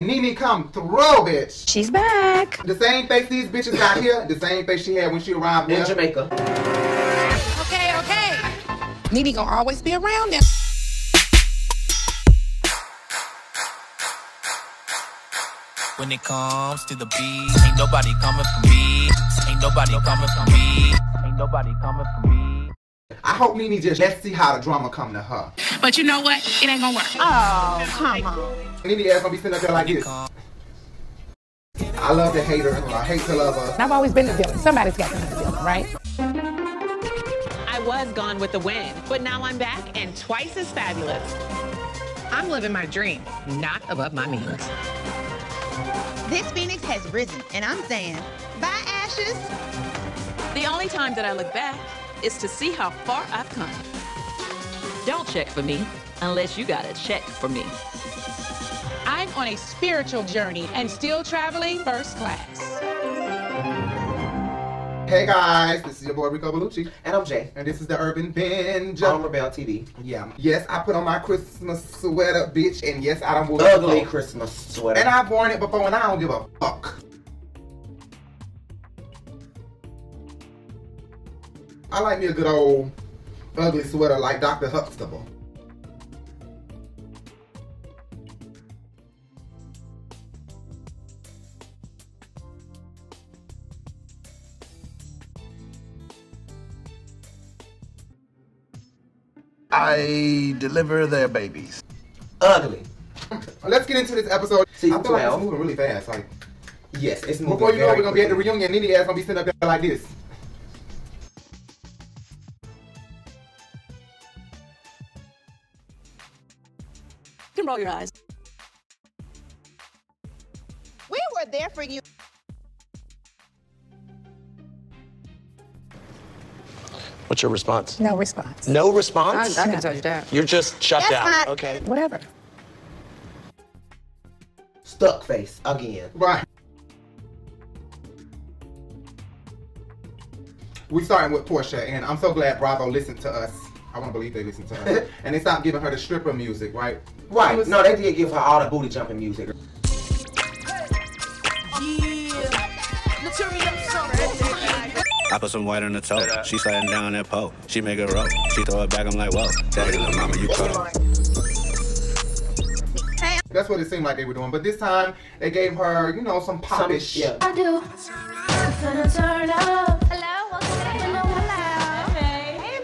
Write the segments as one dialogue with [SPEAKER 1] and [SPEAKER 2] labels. [SPEAKER 1] Nene come through, bitch.
[SPEAKER 2] She's back.
[SPEAKER 1] The same face these bitches got here, the same face she had when she arrived
[SPEAKER 3] in
[SPEAKER 1] there.
[SPEAKER 3] Jamaica.
[SPEAKER 4] Okay, okay. Nene gonna always be around them.
[SPEAKER 5] When it comes to the beat, ain't nobody coming for me. Ain't nobody coming for me. Ain't nobody coming for me.
[SPEAKER 1] I hope Nene just let's see how the drama come to her.
[SPEAKER 4] But you know what? It ain't gonna work.
[SPEAKER 2] Oh, come on.
[SPEAKER 1] Nene ass gonna be sitting up there like this. I love to hate her. I hate to love her.
[SPEAKER 4] I've always been the villain. Somebody's got to be the villain, right?
[SPEAKER 6] I was gone with the wind, but now I'm back and twice as fabulous.
[SPEAKER 4] I'm living my dream, not above my means.
[SPEAKER 7] This phoenix has risen, and I'm saying, bye, ashes.
[SPEAKER 6] The only time that I look back is to see how far I've come. Don't check for me unless you got a check for me.
[SPEAKER 4] I'm on a spiritual journey and still traveling first class.
[SPEAKER 1] Hey guys, this is your boy Rico Bellucci,
[SPEAKER 3] And I'm Jay.
[SPEAKER 1] and this is the Urban Binge.
[SPEAKER 3] On Rebel TV.
[SPEAKER 1] Yeah. Yes, I put on my Christmas sweater, bitch, and yes, I don't wore it
[SPEAKER 3] Ugly
[SPEAKER 1] before.
[SPEAKER 3] Christmas sweater.
[SPEAKER 1] And I've worn it before, and I don't give a fuck. I like me a good old ugly sweater like Dr. Huxtable.
[SPEAKER 8] I deliver their babies.
[SPEAKER 3] Ugly.
[SPEAKER 1] Let's get into this episode.
[SPEAKER 3] Season
[SPEAKER 1] I feel like
[SPEAKER 3] 12.
[SPEAKER 1] it's moving really fast. Like
[SPEAKER 3] Yes, it's moving
[SPEAKER 1] before you know, it,
[SPEAKER 3] very
[SPEAKER 1] we're gonna be at the
[SPEAKER 3] quickly.
[SPEAKER 1] reunion. Nene ass gonna be sitting up there like this.
[SPEAKER 9] You can roll your eyes.
[SPEAKER 7] We were there for you.
[SPEAKER 10] What's your response?
[SPEAKER 2] No response.
[SPEAKER 10] No response?
[SPEAKER 2] can tell you
[SPEAKER 4] that.
[SPEAKER 10] You're just shut
[SPEAKER 7] That's
[SPEAKER 10] down.
[SPEAKER 7] not-
[SPEAKER 10] Okay.
[SPEAKER 2] Whatever.
[SPEAKER 3] Stuck face again.
[SPEAKER 1] Right. We starting with Portia, and I'm so glad Bravo listened to us. I want to believe they listened to us, and they stopped giving her the stripper music, right?
[SPEAKER 3] Right. No, they did give her all the booty jumping music.
[SPEAKER 8] I put some white on the toe. She sliding down that pole. She make a roll. She throw it back. I'm like, whoa. That is mama, you cold.
[SPEAKER 1] That's what it seemed like they were doing. But this time, they gave her, you know, some
[SPEAKER 3] Some-
[SPEAKER 1] popish.
[SPEAKER 3] yeah.
[SPEAKER 11] I do. I'm finna turn up. Hello, welcome to the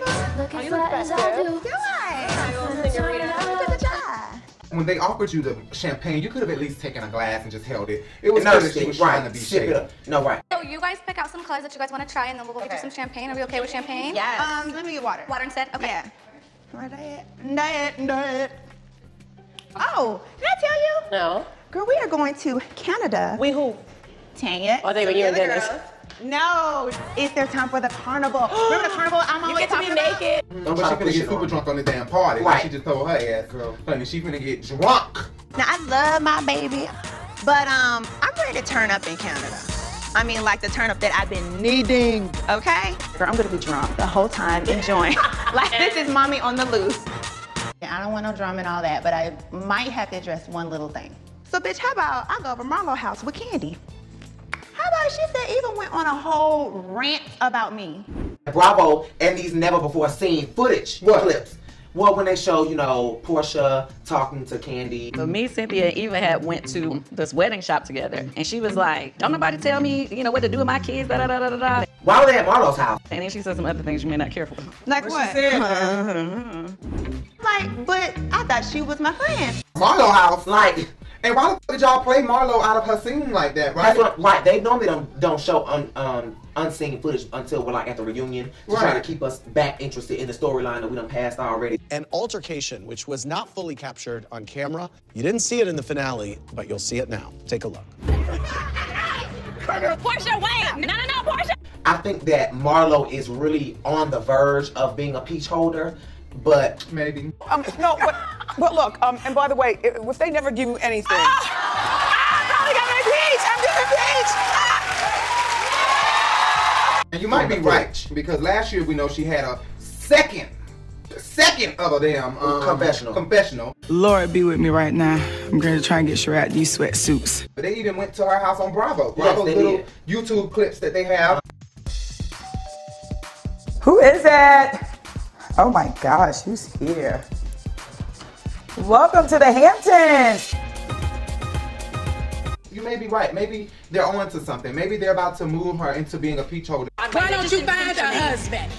[SPEAKER 11] Hello. Looking for as I do.
[SPEAKER 7] Do I?
[SPEAKER 11] Finna turn up.
[SPEAKER 7] Good job.
[SPEAKER 1] When they offered you the champagne, you could have at least taken a glass and just held it. It was
[SPEAKER 3] No,
[SPEAKER 1] clear that she was trying to
[SPEAKER 3] right.
[SPEAKER 1] be
[SPEAKER 3] Sip
[SPEAKER 1] shady.
[SPEAKER 3] it up. No, right.
[SPEAKER 11] So you guys pick out some colors that you guys want to try, and then we'll go get you some champagne. Are we okay with champagne?
[SPEAKER 7] Yes. Um, let me get water.
[SPEAKER 11] Water instead. Okay.
[SPEAKER 7] Yeah. Right diet. Diet. Diet. Oh, did I tell you?
[SPEAKER 9] No.
[SPEAKER 7] Girl, we are going to Canada.
[SPEAKER 9] We who?
[SPEAKER 7] Dang it.
[SPEAKER 9] I think when you and Dennis.
[SPEAKER 7] No, it's their time for the carnival. Remember the carnival? I'm
[SPEAKER 9] You
[SPEAKER 7] always
[SPEAKER 9] get to be
[SPEAKER 7] talking about?
[SPEAKER 9] naked.
[SPEAKER 3] Don't
[SPEAKER 1] But
[SPEAKER 3] try
[SPEAKER 1] she
[SPEAKER 3] to
[SPEAKER 1] finna
[SPEAKER 3] push
[SPEAKER 1] get
[SPEAKER 3] it
[SPEAKER 1] super
[SPEAKER 3] on.
[SPEAKER 1] drunk on the damn party. Like
[SPEAKER 3] Right. Uh-huh.
[SPEAKER 1] she just told her ass, girl. Honey, she finna get drunk.
[SPEAKER 7] Now I love my baby, but um, I'm ready to turn up in Canada. I mean, like the turn up that I've been needing. Okay, girl, I'm gonna be drunk the whole time, enjoying. like this is mommy on the loose. Yeah, I don't want no drama and all that, but I might have to address one little thing. So, bitch, how about I go over Marlo house with Candy? How about she said even went on a whole rant about me?
[SPEAKER 3] Bravo and these never before seen footage
[SPEAKER 1] What?
[SPEAKER 3] clips. Well, when they show, you know, Portia talking to Candy.
[SPEAKER 6] But me, Cynthia, and Eva had went to this wedding shop together, and she was like, "Don't nobody tell me, you know, what to do with my kids." Da da da da da. da."
[SPEAKER 3] Why were they at Marlo's house?
[SPEAKER 6] And then she said some other things you may not care for.
[SPEAKER 7] Like what?
[SPEAKER 3] Mm-hmm.
[SPEAKER 7] like, but I thought she was my friend.
[SPEAKER 1] Marlo house.
[SPEAKER 3] Like,
[SPEAKER 1] And why the fuck did y'all play Marlo out of her scene like that, right?
[SPEAKER 3] That's what, right. They normally don't don't show un, um, unseen footage until we're like at the reunion to try to
[SPEAKER 1] Right.
[SPEAKER 3] keep us back interested in the storyline that we done passed already.
[SPEAKER 10] An altercation which was not fully captured on camera. You didn't see it in the finale, but you'll see it now. Take a look.
[SPEAKER 9] Portia, wait! No, no, no, Portia!
[SPEAKER 3] I think that Marlo is really on the verge of being a peach holder, but
[SPEAKER 1] Maybe.
[SPEAKER 12] Um, no, but, but look, um, and by the way, if, if they never give you anything.
[SPEAKER 1] And you might be right because last year we know she had a second, second of a damn um,
[SPEAKER 3] Confessional.
[SPEAKER 1] Confessional.
[SPEAKER 12] Lord be with me right now.
[SPEAKER 13] I'm going to try and get Sherrod these sweatsuits.
[SPEAKER 1] But they even went to her house on Bravo.
[SPEAKER 13] Yes,
[SPEAKER 1] Bravo
[SPEAKER 13] they
[SPEAKER 1] little
[SPEAKER 13] did.
[SPEAKER 1] YouTube clips that they have.
[SPEAKER 13] Who is it? Oh my gosh, who's here? Welcome to the Hamptons.
[SPEAKER 1] You may be right. Maybe they're on to something. Maybe they're about to move her into being a peach holder.
[SPEAKER 14] Why don't you find a husband?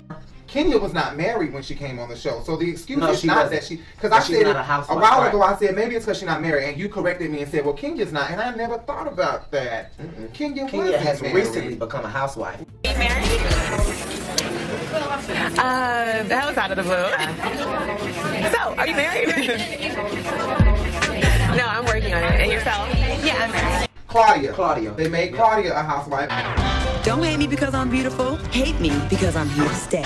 [SPEAKER 1] Kenya was not married when she came on the show, so the excuse
[SPEAKER 3] No,
[SPEAKER 1] is
[SPEAKER 3] she
[SPEAKER 1] not
[SPEAKER 3] wasn't.
[SPEAKER 1] that she. Because
[SPEAKER 3] No,
[SPEAKER 1] I
[SPEAKER 3] she's
[SPEAKER 1] said
[SPEAKER 3] not a
[SPEAKER 1] a
[SPEAKER 3] housewife,
[SPEAKER 1] while
[SPEAKER 3] right.
[SPEAKER 1] ago, I said maybe it's because she's not married, and you corrected me and said, "Well, Kenya's not," and I never thought about that. Kenya,
[SPEAKER 3] Kenya
[SPEAKER 1] wasn't
[SPEAKER 3] has
[SPEAKER 1] married.
[SPEAKER 3] recently become a housewife.
[SPEAKER 13] Uh, that was out of the blue. So, are you married? no, I'm working on it. And yourself? Yeah, I'm married.
[SPEAKER 1] Claudia. Claudia. They made Claudia a housewife.
[SPEAKER 15] Don't hate me because I'm beautiful. Hate me because I'm here to stay.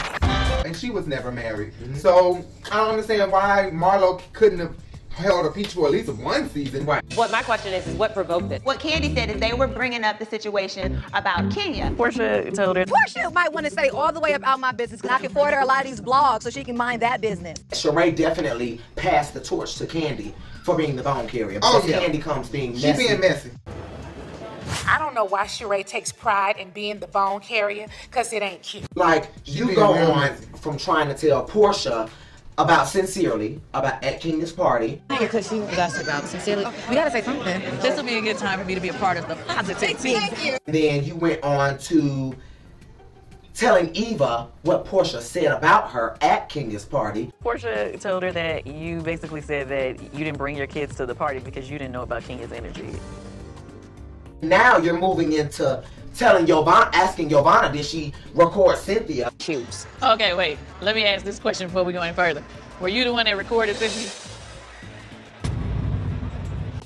[SPEAKER 1] and she was never married.
[SPEAKER 3] Mm-hmm.
[SPEAKER 1] So I don't understand why Marlo couldn't have held a peach for at least one season. Right.
[SPEAKER 7] What my question is, is what provoked it? What Candy said is they were bringing up the situation about Kenya. Portia told her.
[SPEAKER 9] Portia might want to say all the way about my business because I can forward her a lot of these blogs so she can mind that business.
[SPEAKER 3] Sheree definitely passed the torch to Candy for being the bone carrier.
[SPEAKER 1] Oh,
[SPEAKER 3] Because
[SPEAKER 1] yeah.
[SPEAKER 3] Candy comes being
[SPEAKER 1] She
[SPEAKER 3] messy.
[SPEAKER 1] being messy.
[SPEAKER 4] I don't know why Sheree takes pride in being the bone carrier, because it ain't cute.
[SPEAKER 3] Like you
[SPEAKER 4] being
[SPEAKER 3] go
[SPEAKER 4] real
[SPEAKER 3] on from trying to tell Portia about sincerely about at Kenya's party.
[SPEAKER 11] Because she that's about sincerely. We gotta say something. This will be a good time for me to be a part of the positive team.
[SPEAKER 3] Then you went on to telling Eva what Portia said about her at Kenya's party.
[SPEAKER 6] Portia told her that you basically said that you didn't bring your kids to the party because you didn't know about Kenya's energy.
[SPEAKER 3] Now you're moving into telling Yovana, asking Yovana, did she record Cynthia? Cute.
[SPEAKER 6] Okay, wait. Let me ask this question before we go any further. Were you the one that recorded this?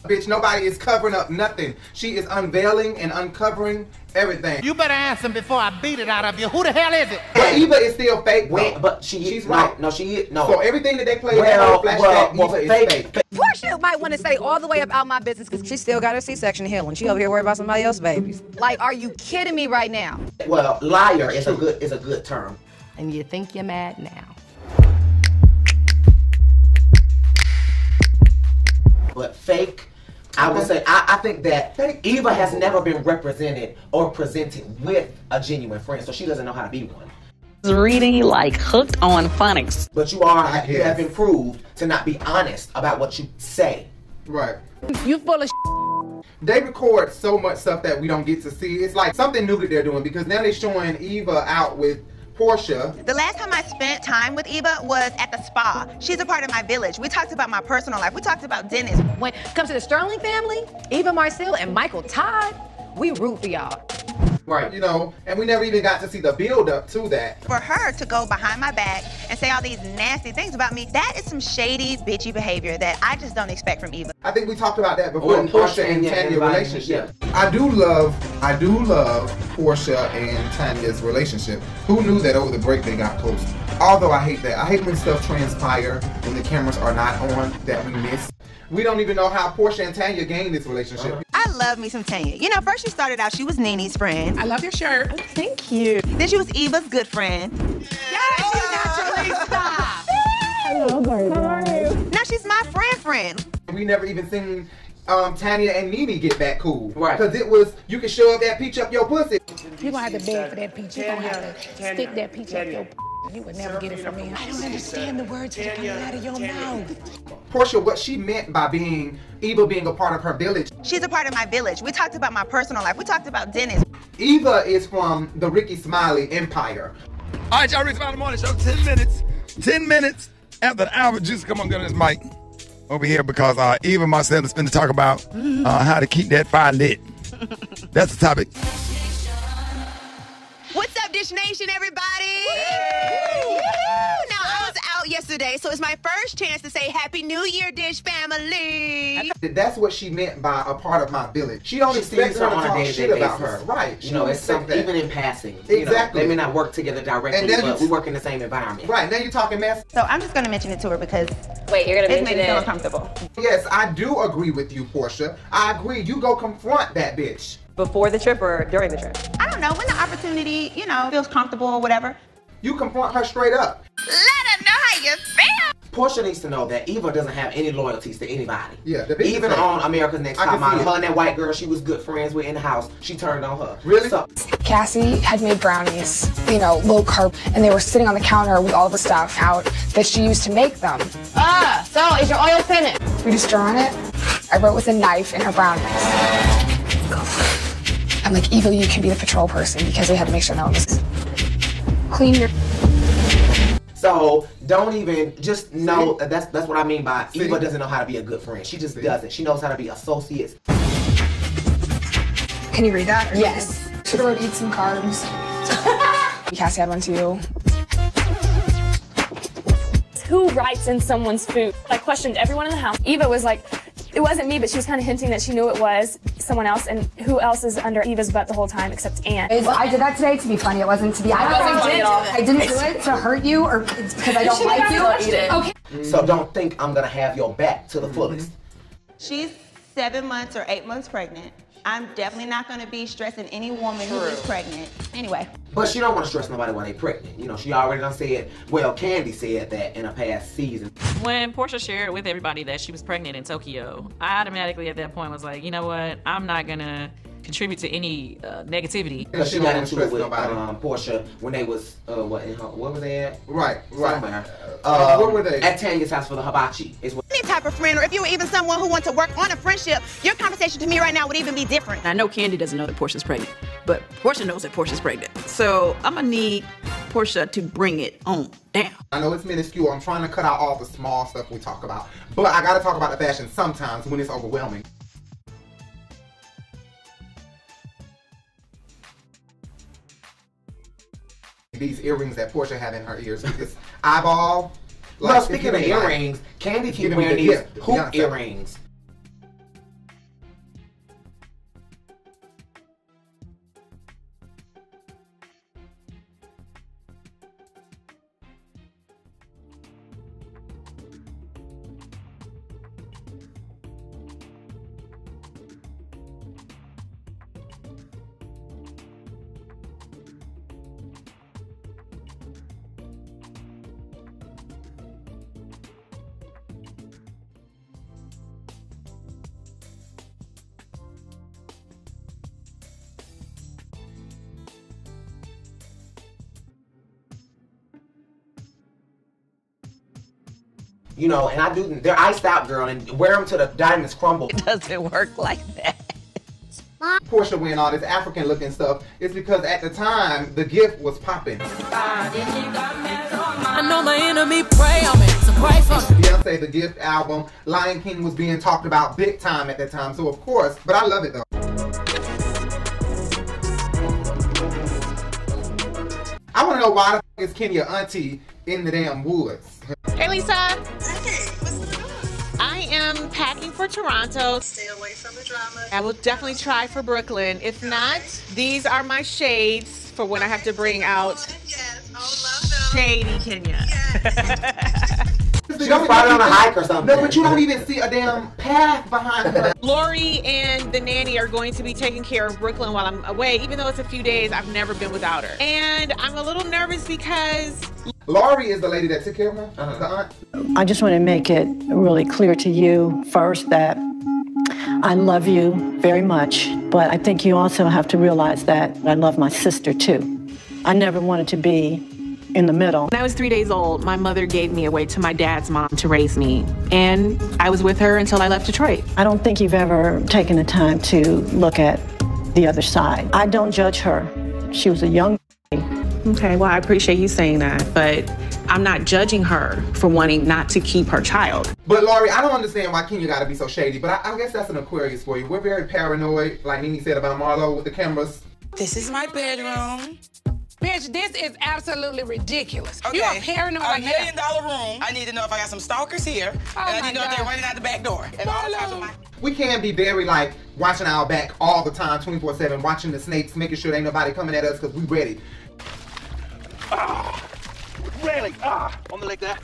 [SPEAKER 1] Bitch, nobody is covering up nothing. She is unveiling and uncovering everything. You better answer before I beat it out of you. Who the hell is it? But Eva is still fake. Wait,
[SPEAKER 3] but she
[SPEAKER 1] she's
[SPEAKER 3] no,
[SPEAKER 1] right.
[SPEAKER 3] No, she no.
[SPEAKER 1] So everything that they played
[SPEAKER 3] Well,
[SPEAKER 1] in her flashback,
[SPEAKER 3] well, well,
[SPEAKER 1] Eva
[SPEAKER 3] fake-
[SPEAKER 1] is fake.
[SPEAKER 9] Portia might want to say all the way about my business because she still got her C-section healing. She over here worried about somebody else's babies. Like, are you kidding me right now?
[SPEAKER 3] Well, liar is a good is a good term.
[SPEAKER 9] And you think you're mad now?
[SPEAKER 3] But fake, I would say I, I think that Eva has never been represented or presented with a genuine friend, so she doesn't know how to be one.
[SPEAKER 6] Reading like hooked on phonics.
[SPEAKER 3] But you are you have improved to not be honest about what you say.
[SPEAKER 1] Right.
[SPEAKER 6] You full of
[SPEAKER 1] They record so much stuff that we don't get to see. It's like something new that they're doing because now they're showing Eva out with Portia.
[SPEAKER 7] The last time I spent time with Eva was at the spa. She's a part of my village. We talked about my personal life. We talked about Dennis.
[SPEAKER 9] When it comes to the Sterling family, Eva Marcel and Michael Todd, we root for y'all.
[SPEAKER 1] Right. You know, and we never even got to see the build up to that.
[SPEAKER 7] For her to go behind my back and say all these nasty things about me, that is some shady, bitchy behavior that I just don't expect from Eva.
[SPEAKER 1] I think we talked about that before in Portia Oh, and Tanya relationship. I do love, I do love Portia and Tanya's relationship. Who knew that over the break they got close? Although I hate that. I hate when stuff transpire when the cameras are not on that we miss. We don't even know how Portia and Tanya gained this relationship.
[SPEAKER 7] I love me some Tanya. You know, first she started out, she was Nene's friend. I love your shirt. thank you. Then she was Eva's good friend. Hello, girl. How are you? Now she's my friend friend.
[SPEAKER 1] We never even seen um, Tanya and Nene get back cool. Right. Because it was, you can shove that peach up your pussy.
[SPEAKER 2] You're gonna have to beg for that peach. You're gonna have to stick that peach up your. p- You would never get it from me. I don't understand the words that are coming out of your mouth.
[SPEAKER 1] Portia, what she meant by being, Eva being a part of her village.
[SPEAKER 7] She's a part of my village. We talked about my personal life. We talked about Dennis.
[SPEAKER 1] Eva is from the Ricky Smiley Empire.
[SPEAKER 16] All right, y'all, Rick's about the morning show. 10 minutes. 10 minutes after the hour. Just come on, get on this mic over here because uh, Eva and myself is going to talk about uh, how to keep that fire lit. That's the topic.
[SPEAKER 12] What's up, Dish Nation, everybody? Woo! Now, I was out yesterday, so it's my first chance to say Happy New Year, Dish family.
[SPEAKER 1] That's what she meant by a part of my village. She don't
[SPEAKER 3] She
[SPEAKER 1] expect
[SPEAKER 3] sees
[SPEAKER 1] her
[SPEAKER 3] her
[SPEAKER 1] to
[SPEAKER 3] on a
[SPEAKER 1] talk
[SPEAKER 3] day-to-day
[SPEAKER 1] shit about
[SPEAKER 3] basis.
[SPEAKER 1] her. Right.
[SPEAKER 3] You know,
[SPEAKER 1] don't
[SPEAKER 3] it's
[SPEAKER 1] expect
[SPEAKER 3] something- even in passing. you know,
[SPEAKER 1] Exactly.
[SPEAKER 3] they may not work together
[SPEAKER 1] And
[SPEAKER 3] directly,
[SPEAKER 1] then
[SPEAKER 3] but
[SPEAKER 1] you-
[SPEAKER 3] we work in the same environment.
[SPEAKER 1] Right, now you're talking mess.
[SPEAKER 7] So I'm just gonna mention it to her because
[SPEAKER 1] Wait,
[SPEAKER 7] you're gonna This mention made me feel it. uncomfortable.
[SPEAKER 1] Yes, I do agree with you, Portia. I agree. You go confront that bitch.
[SPEAKER 17] Before the trip or during the trip?
[SPEAKER 7] I don't know when the opportunity, you know, feels comfortable or whatever.
[SPEAKER 1] You confront her straight up.
[SPEAKER 12] Let her know how you feel.
[SPEAKER 3] Portia needs to know that Eva doesn't have any loyalties to anybody.
[SPEAKER 1] Yeah, the
[SPEAKER 3] Even
[SPEAKER 1] thing.
[SPEAKER 3] on America's Next
[SPEAKER 1] I can
[SPEAKER 3] Top Model,
[SPEAKER 1] see it.
[SPEAKER 3] her and that white girl she was good friends with in the house, she turned on her.
[SPEAKER 1] Really?
[SPEAKER 18] Cassie had made brownies, you know, low carb, and they were sitting on the counter with all the stuff out that she used to make them.
[SPEAKER 19] Ah, so is your oil finished?
[SPEAKER 18] We just drew on it. I wrote with a knife in her brownies. I'm like, Eva, you can be the patrol person because we had to make sure no one was clean your
[SPEAKER 3] So don't even just know that's that's what I mean by Eva doesn't know how to be a good friend. She just doesn't. She knows how to be associates.
[SPEAKER 18] Can you read that? Yes. Should have wrote eat some carbs. Cassie had one too.
[SPEAKER 20] Who writes in someone's food? I questioned everyone in the house. Eva was like, it wasn't me, but she was kind of hinting that she knew it was someone else. And who else is under Eva's butt the whole time except Anne?
[SPEAKER 18] I did that today to be funny. It wasn't to be. I,
[SPEAKER 20] I wasn't
[SPEAKER 18] wasn't
[SPEAKER 20] funny at all.
[SPEAKER 18] I didn't do it to hurt you or it's because I don't
[SPEAKER 20] She
[SPEAKER 18] like you.
[SPEAKER 20] crushed it.
[SPEAKER 18] Okay.
[SPEAKER 3] So don't think I'm gonna have your back to the fullest.
[SPEAKER 7] She's seven months or eight months pregnant. I'm definitely not gonna be stressing any woman who is pregnant. Anyway.
[SPEAKER 3] But she don't want to stress nobody while they pregnant. You know, she already done said, well, Candy said that in a past season.
[SPEAKER 6] When Portia shared with everybody that she was pregnant in Tokyo, I automatically at that point was like, you know what? I'm not gonna contribute to any uh, negativity.
[SPEAKER 3] Because she got into it with um, Portia when they was, uh, what, in her, where were they at?
[SPEAKER 1] Right,
[SPEAKER 3] right. Somewhere.
[SPEAKER 1] Uh,
[SPEAKER 3] Uh,
[SPEAKER 1] where were they?
[SPEAKER 3] At Tanya's house for the hibachi. Is what
[SPEAKER 12] Any type of friend, or if you were even someone who wants to work on a friendship, your conversation to me right now would even be different.
[SPEAKER 21] I know Candy doesn't know that Portia's pregnant, but Portia knows that Portia's pregnant. So I'm gonna need Portia to bring it on down.
[SPEAKER 1] I know it's minuscule. I'm trying to cut out all the small stuff we talk about, but I gotta talk about the fashion sometimes when it's overwhelming. These earrings that Portia had in her ears, with this eyeball.
[SPEAKER 3] Well,
[SPEAKER 1] like,
[SPEAKER 3] speaking
[SPEAKER 1] it's
[SPEAKER 3] of
[SPEAKER 1] giving me, like,
[SPEAKER 3] earrings, Candy
[SPEAKER 1] it's
[SPEAKER 3] keep
[SPEAKER 1] giving me
[SPEAKER 3] wearing
[SPEAKER 1] the
[SPEAKER 3] these
[SPEAKER 1] gift,
[SPEAKER 3] hoop
[SPEAKER 1] Beyonce.
[SPEAKER 3] earrings. You know, and I do, they're iced out, girl, and wear them till the diamonds crumble. It
[SPEAKER 21] doesn't work like that.
[SPEAKER 1] Portia wearing all this African looking stuff is because at the time the gift was popping.
[SPEAKER 21] I know my enemy prey on me, so pray for me.
[SPEAKER 1] Beyonce, the Gift album, Lion King was being talked about big time at that time, so of course, but I love it though. I want to know why the f- is Kenya auntie in the damn woods?
[SPEAKER 14] Hey, Lisa. I am packing for Toronto.
[SPEAKER 22] Stay away from the drama. I will definitely try for Brooklyn. If not, these are my shades for when I have to bring out shady Kenya.
[SPEAKER 3] She was probably on a hike or something.
[SPEAKER 1] No, but you don't even see a damn path behind her.
[SPEAKER 22] Lori and the nanny are going to be taking care of Brooklyn while I'm away. Even though it's a few days, I've never been without her. And I'm a little nervous because
[SPEAKER 1] Laurie is the lady that took care of her,
[SPEAKER 3] Uh-huh.
[SPEAKER 1] the aunt.
[SPEAKER 23] I just want to make it really clear to you first that I love you very much, but I think you also have to realize that I love my sister too. I never wanted to be in the middle.
[SPEAKER 22] When I was three days old, my mother gave me away to my dad's mom to raise me. And I was with her until I left Detroit.
[SPEAKER 23] I don't think you've ever taken the time to look at the other side. I don't judge her. She was a young.
[SPEAKER 22] Okay, well, I appreciate you saying that, but I'm not judging her for wanting not to keep her child.
[SPEAKER 1] But Laurie, I don't understand why Kenya gotta be so shady, but I, I guess that's an Aquarius for you. We're very paranoid, like Nene said about Marlo with the cameras.
[SPEAKER 2] This is my bedroom. Bitch, this is absolutely ridiculous. You are paranoid
[SPEAKER 24] A
[SPEAKER 2] like
[SPEAKER 24] million
[SPEAKER 2] hell.
[SPEAKER 24] dollar room. I need to know if I got some stalkers here.
[SPEAKER 2] Oh
[SPEAKER 24] and I
[SPEAKER 2] my
[SPEAKER 24] need to know if they're
[SPEAKER 2] God.
[SPEAKER 24] running out the back door.
[SPEAKER 25] Oh.
[SPEAKER 24] And all kinds of my-
[SPEAKER 1] We can be very like watching our back all the time, 24 7, watching the snakes, making sure there ain't nobody coming at us because we ready.
[SPEAKER 24] Really? Ah, on the leg there.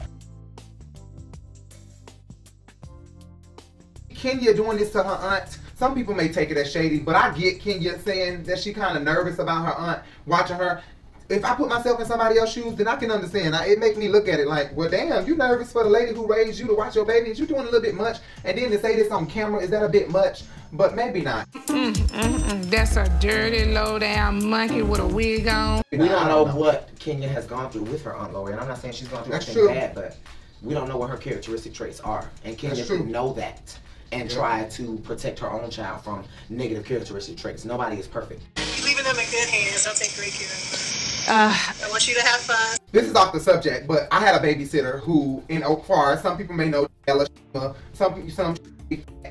[SPEAKER 1] Kenya doing this to her aunt. Some people may take it as shady, but I get Kenya saying that she kind of nervous about her aunt watching her. if I put myself in somebody else's shoes, then I can understand. I, it make me look at it like, well, damn, you nervous for the lady who raised you to watch your baby? Is you doing a little bit much? And then to say this on camera, is that a bit much? But maybe not.
[SPEAKER 26] Mm, mm, mm. That's a dirty, low down monkey with a wig on.
[SPEAKER 3] We don't know what Kenya has gone through with her Aunt Lori, and I'm not saying she's gone through
[SPEAKER 1] That's
[SPEAKER 3] anything
[SPEAKER 1] true.
[SPEAKER 3] bad, but we don't know what her characteristic traits are, and Kenya
[SPEAKER 1] That's true.
[SPEAKER 3] should know that and
[SPEAKER 1] Yeah.
[SPEAKER 3] try to protect her own child from negative characteristic traits. Nobody is perfect.
[SPEAKER 22] Leaving them in good hands. I'll take great care of them. I want you to have fun.
[SPEAKER 1] This is off the subject, but I had a babysitter who in Oak Forest. Some people may know Ella. Shima, Some some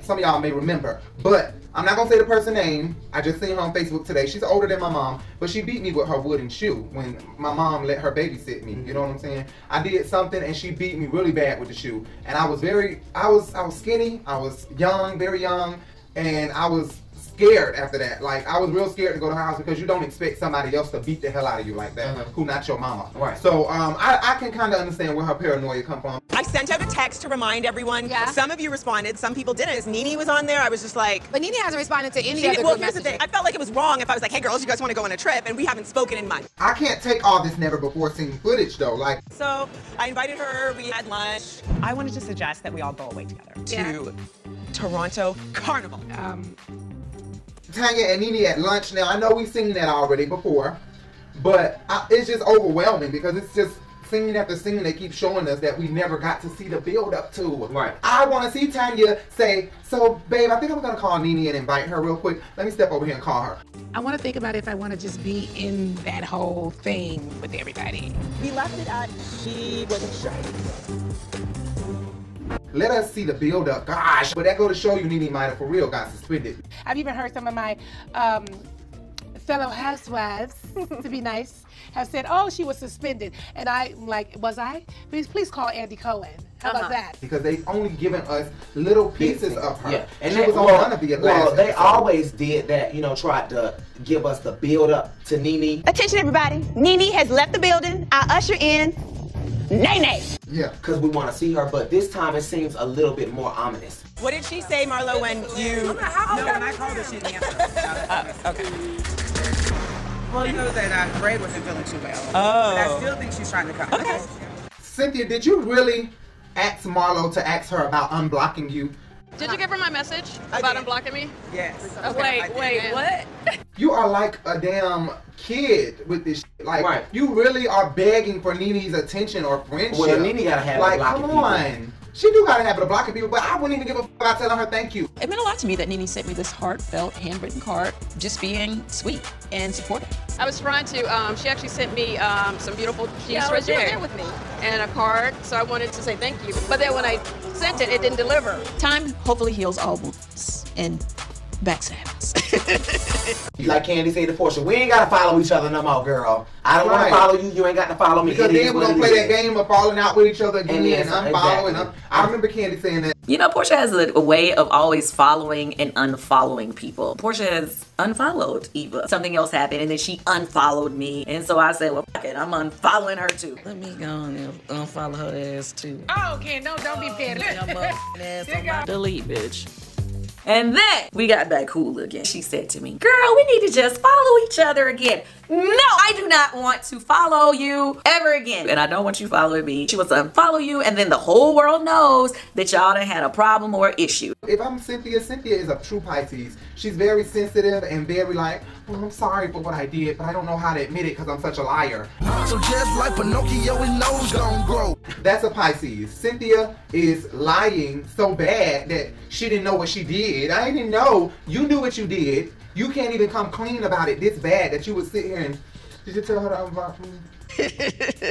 [SPEAKER 1] some of y'all may remember, but I'm not gonna say the person's name. I just seen her on Facebook today. She's older than my mom, but she beat me with her wooden shoe when my mom let her babysit me. You know what I'm saying? I did something and she beat me really bad with the shoe, and I was very I was I was skinny. I was young, very young, and I was scared after that. Like I was real scared to go to her house because you don't expect somebody else to beat the hell out of you like that, who not your mama. Right. So um, I, I can kind of understand where her paranoia come from.
[SPEAKER 9] I sent out a text to remind everyone. Some of you responded, some people didn't. As Nene was on there, I was just like. But Nene hasn't responded to
[SPEAKER 1] any other
[SPEAKER 9] Well,
[SPEAKER 1] group
[SPEAKER 9] here's the thing. I felt like it was wrong if I was like, hey, girls, you guys want to go on a trip, and we haven't spoken in months.
[SPEAKER 1] I can't take all this never before seen footage though. Like
[SPEAKER 9] So I invited her, we had lunch. I wanted to suggest that we all go away together to Toronto Carnival. Um,
[SPEAKER 1] Tanya and Nene at lunch. Now I know we've seen that already before, but I, it's just overwhelming because it's just scene after scene they keep showing us that we never got to see the build up to. Right. I want to see Tanya say, "So, babe, I think I'm gonna call Nene and invite her real quick. Let me step over here and call her."
[SPEAKER 26] I want to think about if I want to just be in that whole thing with everybody.
[SPEAKER 9] we left it at she wasn't shy.
[SPEAKER 1] Let us see the build up. Gosh, but that go to show you Nene might have for real got suspended.
[SPEAKER 4] I've even heard some of my um, fellow housewives, to be nice, have said, "Oh, she was suspended," and I'm like, "Was I? Please, please call Andy Cohen. How
[SPEAKER 9] Uh-huh.
[SPEAKER 4] about that?"
[SPEAKER 1] Because they've only given us little pieces of her.
[SPEAKER 3] Yeah,
[SPEAKER 1] and
[SPEAKER 3] and
[SPEAKER 1] she
[SPEAKER 3] they,
[SPEAKER 1] was on
[SPEAKER 3] well,
[SPEAKER 1] none of the
[SPEAKER 3] well,
[SPEAKER 1] last
[SPEAKER 3] they
[SPEAKER 1] episode.
[SPEAKER 3] always did that. You know, tried to give us the build up to Nene.
[SPEAKER 7] Attention, everybody. Nene has left the building. I usher in Nene.
[SPEAKER 1] Yeah,
[SPEAKER 3] because we want to see her, but this time it seems a little bit more ominous.
[SPEAKER 9] What did she say, Marlo, when you. no, when I called her, she didn't answer. oh, okay.
[SPEAKER 25] Well, you know that uh, Ray wasn't feeling too well.
[SPEAKER 9] Oh.
[SPEAKER 25] But I still think she's trying to come. Okay.
[SPEAKER 1] Cynthia, did you really ask Marlo to ask her about unblocking you?
[SPEAKER 12] Did you give her my message about unblocking me? Oh,
[SPEAKER 25] Yes.
[SPEAKER 12] Wait, wait, what?
[SPEAKER 1] You are like a damn kid with this. Shit. Like
[SPEAKER 3] Right.
[SPEAKER 1] you really are begging for Nene's attention or friendship.
[SPEAKER 3] Well, Nene gotta have a
[SPEAKER 1] Like,
[SPEAKER 3] block of
[SPEAKER 1] come
[SPEAKER 3] people.
[SPEAKER 1] on. She do gotta have it a block of people, but I wouldn't even give a fuck about telling her thank you.
[SPEAKER 27] It meant a lot to me that Nene sent me this heartfelt handwritten card, just being sweet and supportive.
[SPEAKER 12] I was trying to. Um, she actually sent me um, some beautiful keys
[SPEAKER 27] Yeah, I
[SPEAKER 12] right
[SPEAKER 27] was right
[SPEAKER 12] there.
[SPEAKER 27] there with me.
[SPEAKER 12] and a card. So I wanted to say thank you, but then when I sent it, it didn't deliver.
[SPEAKER 27] Time hopefully heals all wounds and backstabs.
[SPEAKER 3] Like Candy said to Portia, we ain't gotta follow each other no more, girl. I don't
[SPEAKER 1] Right.
[SPEAKER 3] want to follow you. You ain't got to follow me.
[SPEAKER 1] Because
[SPEAKER 3] It is
[SPEAKER 1] then we're
[SPEAKER 3] what
[SPEAKER 1] gonna
[SPEAKER 3] it
[SPEAKER 1] play that
[SPEAKER 3] is.
[SPEAKER 1] game of falling out with each other again and,
[SPEAKER 3] And yes,
[SPEAKER 1] unfollow and
[SPEAKER 3] exactly.
[SPEAKER 1] un- I remember Candy saying that.
[SPEAKER 6] You know, Portia has a, a way of always following and unfollowing people. Portia has unfollowed Eva. Something else happened, and then she unfollowed me. And so I said, well, fuck it, I'm unfollowing her too. Let me go and unfollow her ass too.
[SPEAKER 4] Oh, Ken, no, don't be petty.
[SPEAKER 6] Delete, bitch. And then we got back cool again. She said to me, Girl, we need to just follow each other again. No, I do not want to follow you ever again. And I don't want you following me. She wants to unfollow you, and then the whole world knows that y'all done had a problem or issue.
[SPEAKER 1] If I'm Cynthia, Cynthia is a true Pisces. She's very sensitive and very like, well, I'm sorry for what I did, but I don't know how to admit it because I'm such a liar. So just like Pinocchio, his nose gonna grow. That's a Pisces. Cynthia is lying so bad that she didn't know what she did. I didn't know. You knew what you did. You can't even come clean about it this bad that you would sit here and, did you tell her to unblock me?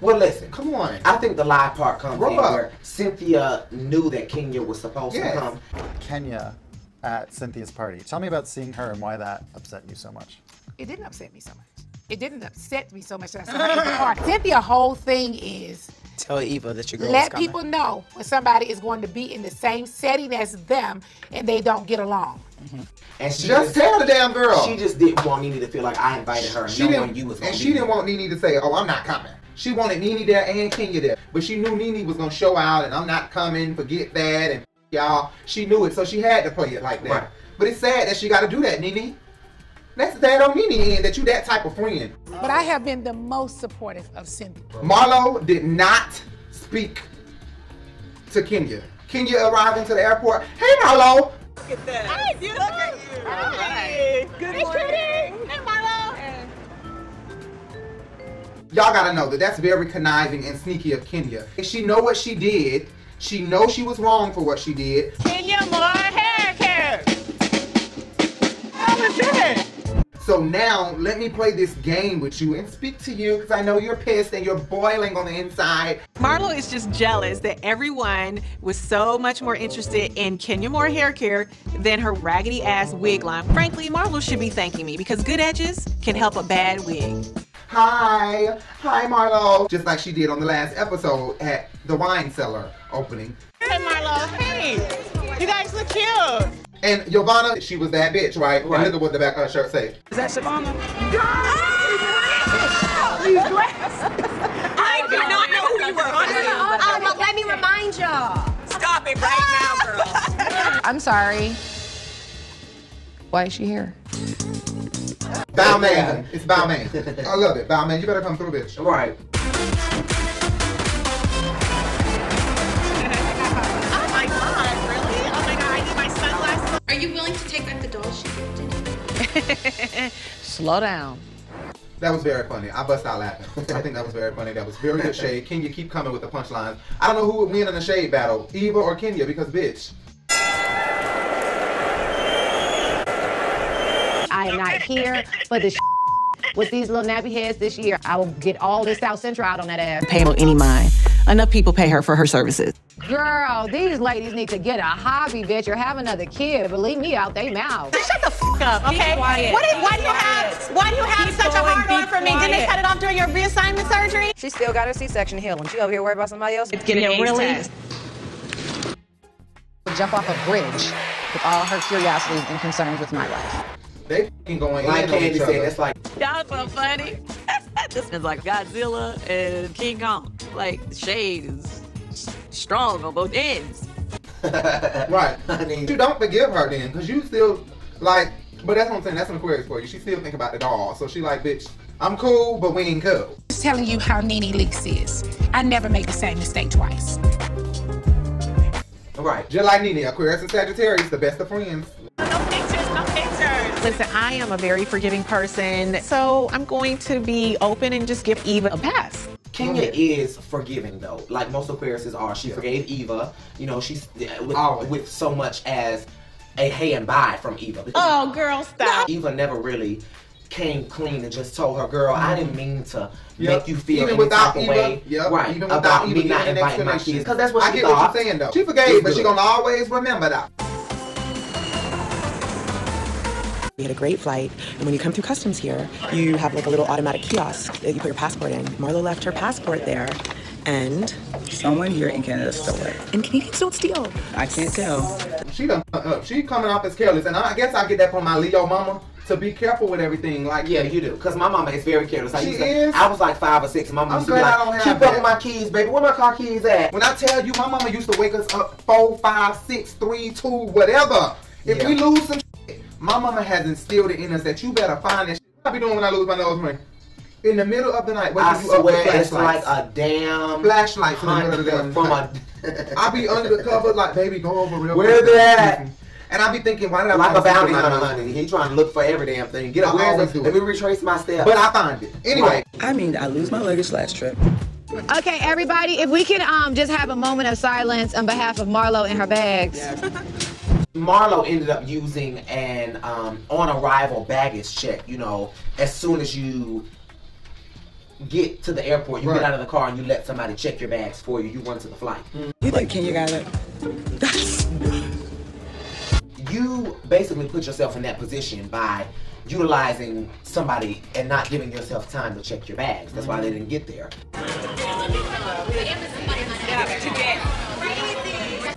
[SPEAKER 3] Well, listen.
[SPEAKER 1] Come on.
[SPEAKER 3] I think the lie part comes
[SPEAKER 1] Grow
[SPEAKER 3] in
[SPEAKER 1] up.
[SPEAKER 3] where Cynthia knew that Kenya was supposed
[SPEAKER 1] Yes.
[SPEAKER 3] to come.
[SPEAKER 13] Kenya at Cynthia's party. Tell me about seeing her and why that upset you so much.
[SPEAKER 4] It didn't upset me so much. It didn't upset me so much that I saw her in the park. Cynthia, whole thing is
[SPEAKER 28] Tell Eva that your girl
[SPEAKER 4] let
[SPEAKER 28] coming.
[SPEAKER 4] people know when somebody is going to be in the same setting as them and they don't get along.
[SPEAKER 3] And she
[SPEAKER 1] Just tell the damn girl.
[SPEAKER 3] She just didn't want Nene to feel like I invited her,
[SPEAKER 1] She
[SPEAKER 3] knowing
[SPEAKER 1] didn't,
[SPEAKER 3] you was gonna
[SPEAKER 1] and
[SPEAKER 3] be
[SPEAKER 1] she didn't
[SPEAKER 3] there.
[SPEAKER 1] want Nene to say, "Oh, I'm not coming." She wanted Nene there and Kenya there, but she knew Nene was gonna show out, and I'm not coming. Forget that, and y'all. She knew it, so she had to play it like that. But it's sad that she got to do that, Nene. That's that on any end that you that type of friend.
[SPEAKER 4] But I have been the most supportive of Cindy.
[SPEAKER 1] Marlo did not speak to Kenya. Kenya arrived into the airport. Hey, Marlo.
[SPEAKER 22] Look at that. Hi, beautiful. Look at you. Hi. Good
[SPEAKER 10] Hey,
[SPEAKER 22] morning.
[SPEAKER 10] Trudy. Hey, Marlo.
[SPEAKER 1] Y'all gotta know that that's very conniving and sneaky of Kenya. And she know what she did. She know she was wrong for what she did.
[SPEAKER 22] Kenya more hair care. How is that?
[SPEAKER 1] So now let me play this game with you and speak to you because I know you're pissed and you're boiling on the inside.
[SPEAKER 22] Marlo is just jealous that everyone was so much more interested in Kenya Moore hair care than her raggedy ass wig line. Frankly, Marlo should be thanking me because good edges can help a bad wig.
[SPEAKER 1] Hi, hi Marlo. Just like she did on the last episode at the wine cellar opening.
[SPEAKER 22] Hey, Marlo. Hey, you guys look cute.
[SPEAKER 1] And Giovanna, she was that bitch, right? right. And look at what the back of her shirt say.
[SPEAKER 22] Is that Savannah?
[SPEAKER 10] I did not know who you were.
[SPEAKER 22] Oh,
[SPEAKER 10] Uh, well, let me remind y'all. Stop it right now, girl.
[SPEAKER 11] I'm sorry. Why is she here?
[SPEAKER 1] Bowman. It's Bowman. I love it. Bowman, you better come through, bitch. Right.
[SPEAKER 22] Oh my god, really? Oh my god, I need my sunglasses.
[SPEAKER 10] Are you willing to take back the doll she gifted?
[SPEAKER 1] Slow down. That was very funny. I bust out laughing. I think that was very funny. That was very good shade. Kenya, keep coming with the punchlines. I don't know who would win in a shade battle, Eva or Kenya, because bitch.
[SPEAKER 15] I am not here for the with these little nappy heads this year. I will get all this South Central out on that ass.
[SPEAKER 29] Payable any mind. Enough people pay her for her services.
[SPEAKER 15] Girl, these ladies need to get a hobby, bitch, or have another kid. But leave me out they mouth.
[SPEAKER 22] Shut the f up, okay?
[SPEAKER 15] quiet.
[SPEAKER 22] What is,
[SPEAKER 15] Be
[SPEAKER 22] why do you have why do you have such a hard on for me? Didn't they cut it off during your reassignment surgery?
[SPEAKER 15] She still got her C-section healed, and she over here worried about somebody else. It's
[SPEAKER 22] getting Yeah, AIDS really? test.
[SPEAKER 15] Jump off a bridge with all her curiosities and concerns with my life.
[SPEAKER 1] They f***ing going in
[SPEAKER 3] Like
[SPEAKER 1] on
[SPEAKER 3] Candy
[SPEAKER 1] each
[SPEAKER 3] said,
[SPEAKER 1] other.
[SPEAKER 3] it's like-
[SPEAKER 6] Y'all so funny. this is like Godzilla and King Kong. Like Shade is s- strong on both ends.
[SPEAKER 1] right. you don't forgive her then, because you still like. But that's what I'm saying. That's an Aquarius for you. She still think about it all. So she like, bitch, I'm cool, but we ain't cool.
[SPEAKER 2] Just telling you how Nene Leaks is. I never make the same mistake twice.
[SPEAKER 1] Right. Just like Nene, Aquarius and Sagittarius, the best of friends.
[SPEAKER 22] Listen, I am a very forgiving person, so I'm going to be open and just give Eva a pass.
[SPEAKER 3] Kenya is forgiving though, like most Aquariuses are. She forgave Eva. You know, she's yeah, with, with so much as a hey and bye from Eva.
[SPEAKER 22] Oh, girl, stop.
[SPEAKER 3] Eva never really came clean and just told her, "Girl, I didn't mean to
[SPEAKER 1] Yep.
[SPEAKER 3] make you feel
[SPEAKER 1] Even
[SPEAKER 3] any
[SPEAKER 1] without
[SPEAKER 3] type of
[SPEAKER 1] Eva,
[SPEAKER 3] way,
[SPEAKER 1] yep.
[SPEAKER 3] right?
[SPEAKER 1] Even without
[SPEAKER 3] about
[SPEAKER 1] Eva
[SPEAKER 3] me not
[SPEAKER 1] giving an
[SPEAKER 3] inviting my
[SPEAKER 1] explanation.
[SPEAKER 3] kids, because that's what
[SPEAKER 1] I
[SPEAKER 3] she
[SPEAKER 1] get what
[SPEAKER 3] thought.
[SPEAKER 1] you're saying, though. She forgave,
[SPEAKER 3] It's
[SPEAKER 1] but she
[SPEAKER 3] good.
[SPEAKER 1] gonna always remember that.
[SPEAKER 9] We had a great flight, and when you come through customs here, you have like a little automatic kiosk that you put your passport in. Marlo left her passport there, and someone here in Canada stole it. And Canadians don't steal. I can't tell.
[SPEAKER 1] She done fucked up. She coming off as careless, and I guess I get that from my Leo mama to be careful with everything. Like
[SPEAKER 3] yeah, you do, because my mama is very careless. I
[SPEAKER 1] She
[SPEAKER 3] used to-
[SPEAKER 1] is.
[SPEAKER 3] I was like five or six. and My mama
[SPEAKER 1] I'm
[SPEAKER 3] used to be
[SPEAKER 1] glad
[SPEAKER 3] like,
[SPEAKER 1] I don't have
[SPEAKER 3] "She
[SPEAKER 1] that.
[SPEAKER 3] broke my keys, baby. Where my car keys at?"
[SPEAKER 1] When I tell you, my mama used to wake us up four, five, six, three, two, whatever. If we lose some, shit, my mama has instilled it in us that you better find that. Shit. What I be doing when I lose my nose ring? In the middle of the night, waking
[SPEAKER 3] I
[SPEAKER 1] you up with
[SPEAKER 3] swear, it's like
[SPEAKER 1] flashlights.
[SPEAKER 3] a damn
[SPEAKER 1] flashlight in the middle of the damn
[SPEAKER 3] hunt from a
[SPEAKER 1] night. I be under the cover like, baby, go over real
[SPEAKER 3] Where
[SPEAKER 1] quick.
[SPEAKER 3] they at?
[SPEAKER 1] And I be thinking, why did I
[SPEAKER 3] like a
[SPEAKER 1] find something
[SPEAKER 3] bounty
[SPEAKER 1] in my
[SPEAKER 3] hunter,
[SPEAKER 1] nose?
[SPEAKER 3] honey. He trying to look for every damn thing. Get
[SPEAKER 1] I
[SPEAKER 3] up.
[SPEAKER 1] always
[SPEAKER 3] Where's
[SPEAKER 1] do
[SPEAKER 3] Let me retrace my steps.
[SPEAKER 1] But I find it anyway.
[SPEAKER 9] I mean, I lose my luggage last trip.
[SPEAKER 15] Okay, everybody, if we can um just have a moment of silence on behalf of Marlo and her bags.
[SPEAKER 3] Marlo ended up using an um, on arrival baggage check. You know, as soon as you get to the airport, you
[SPEAKER 9] Right.
[SPEAKER 3] get out of the car and you let somebody check your bags for you. You run to the flight.
[SPEAKER 9] You think Kenya got it?
[SPEAKER 3] You basically put yourself in that position by utilizing somebody and not giving yourself time to check your bags. That's why they didn't get there.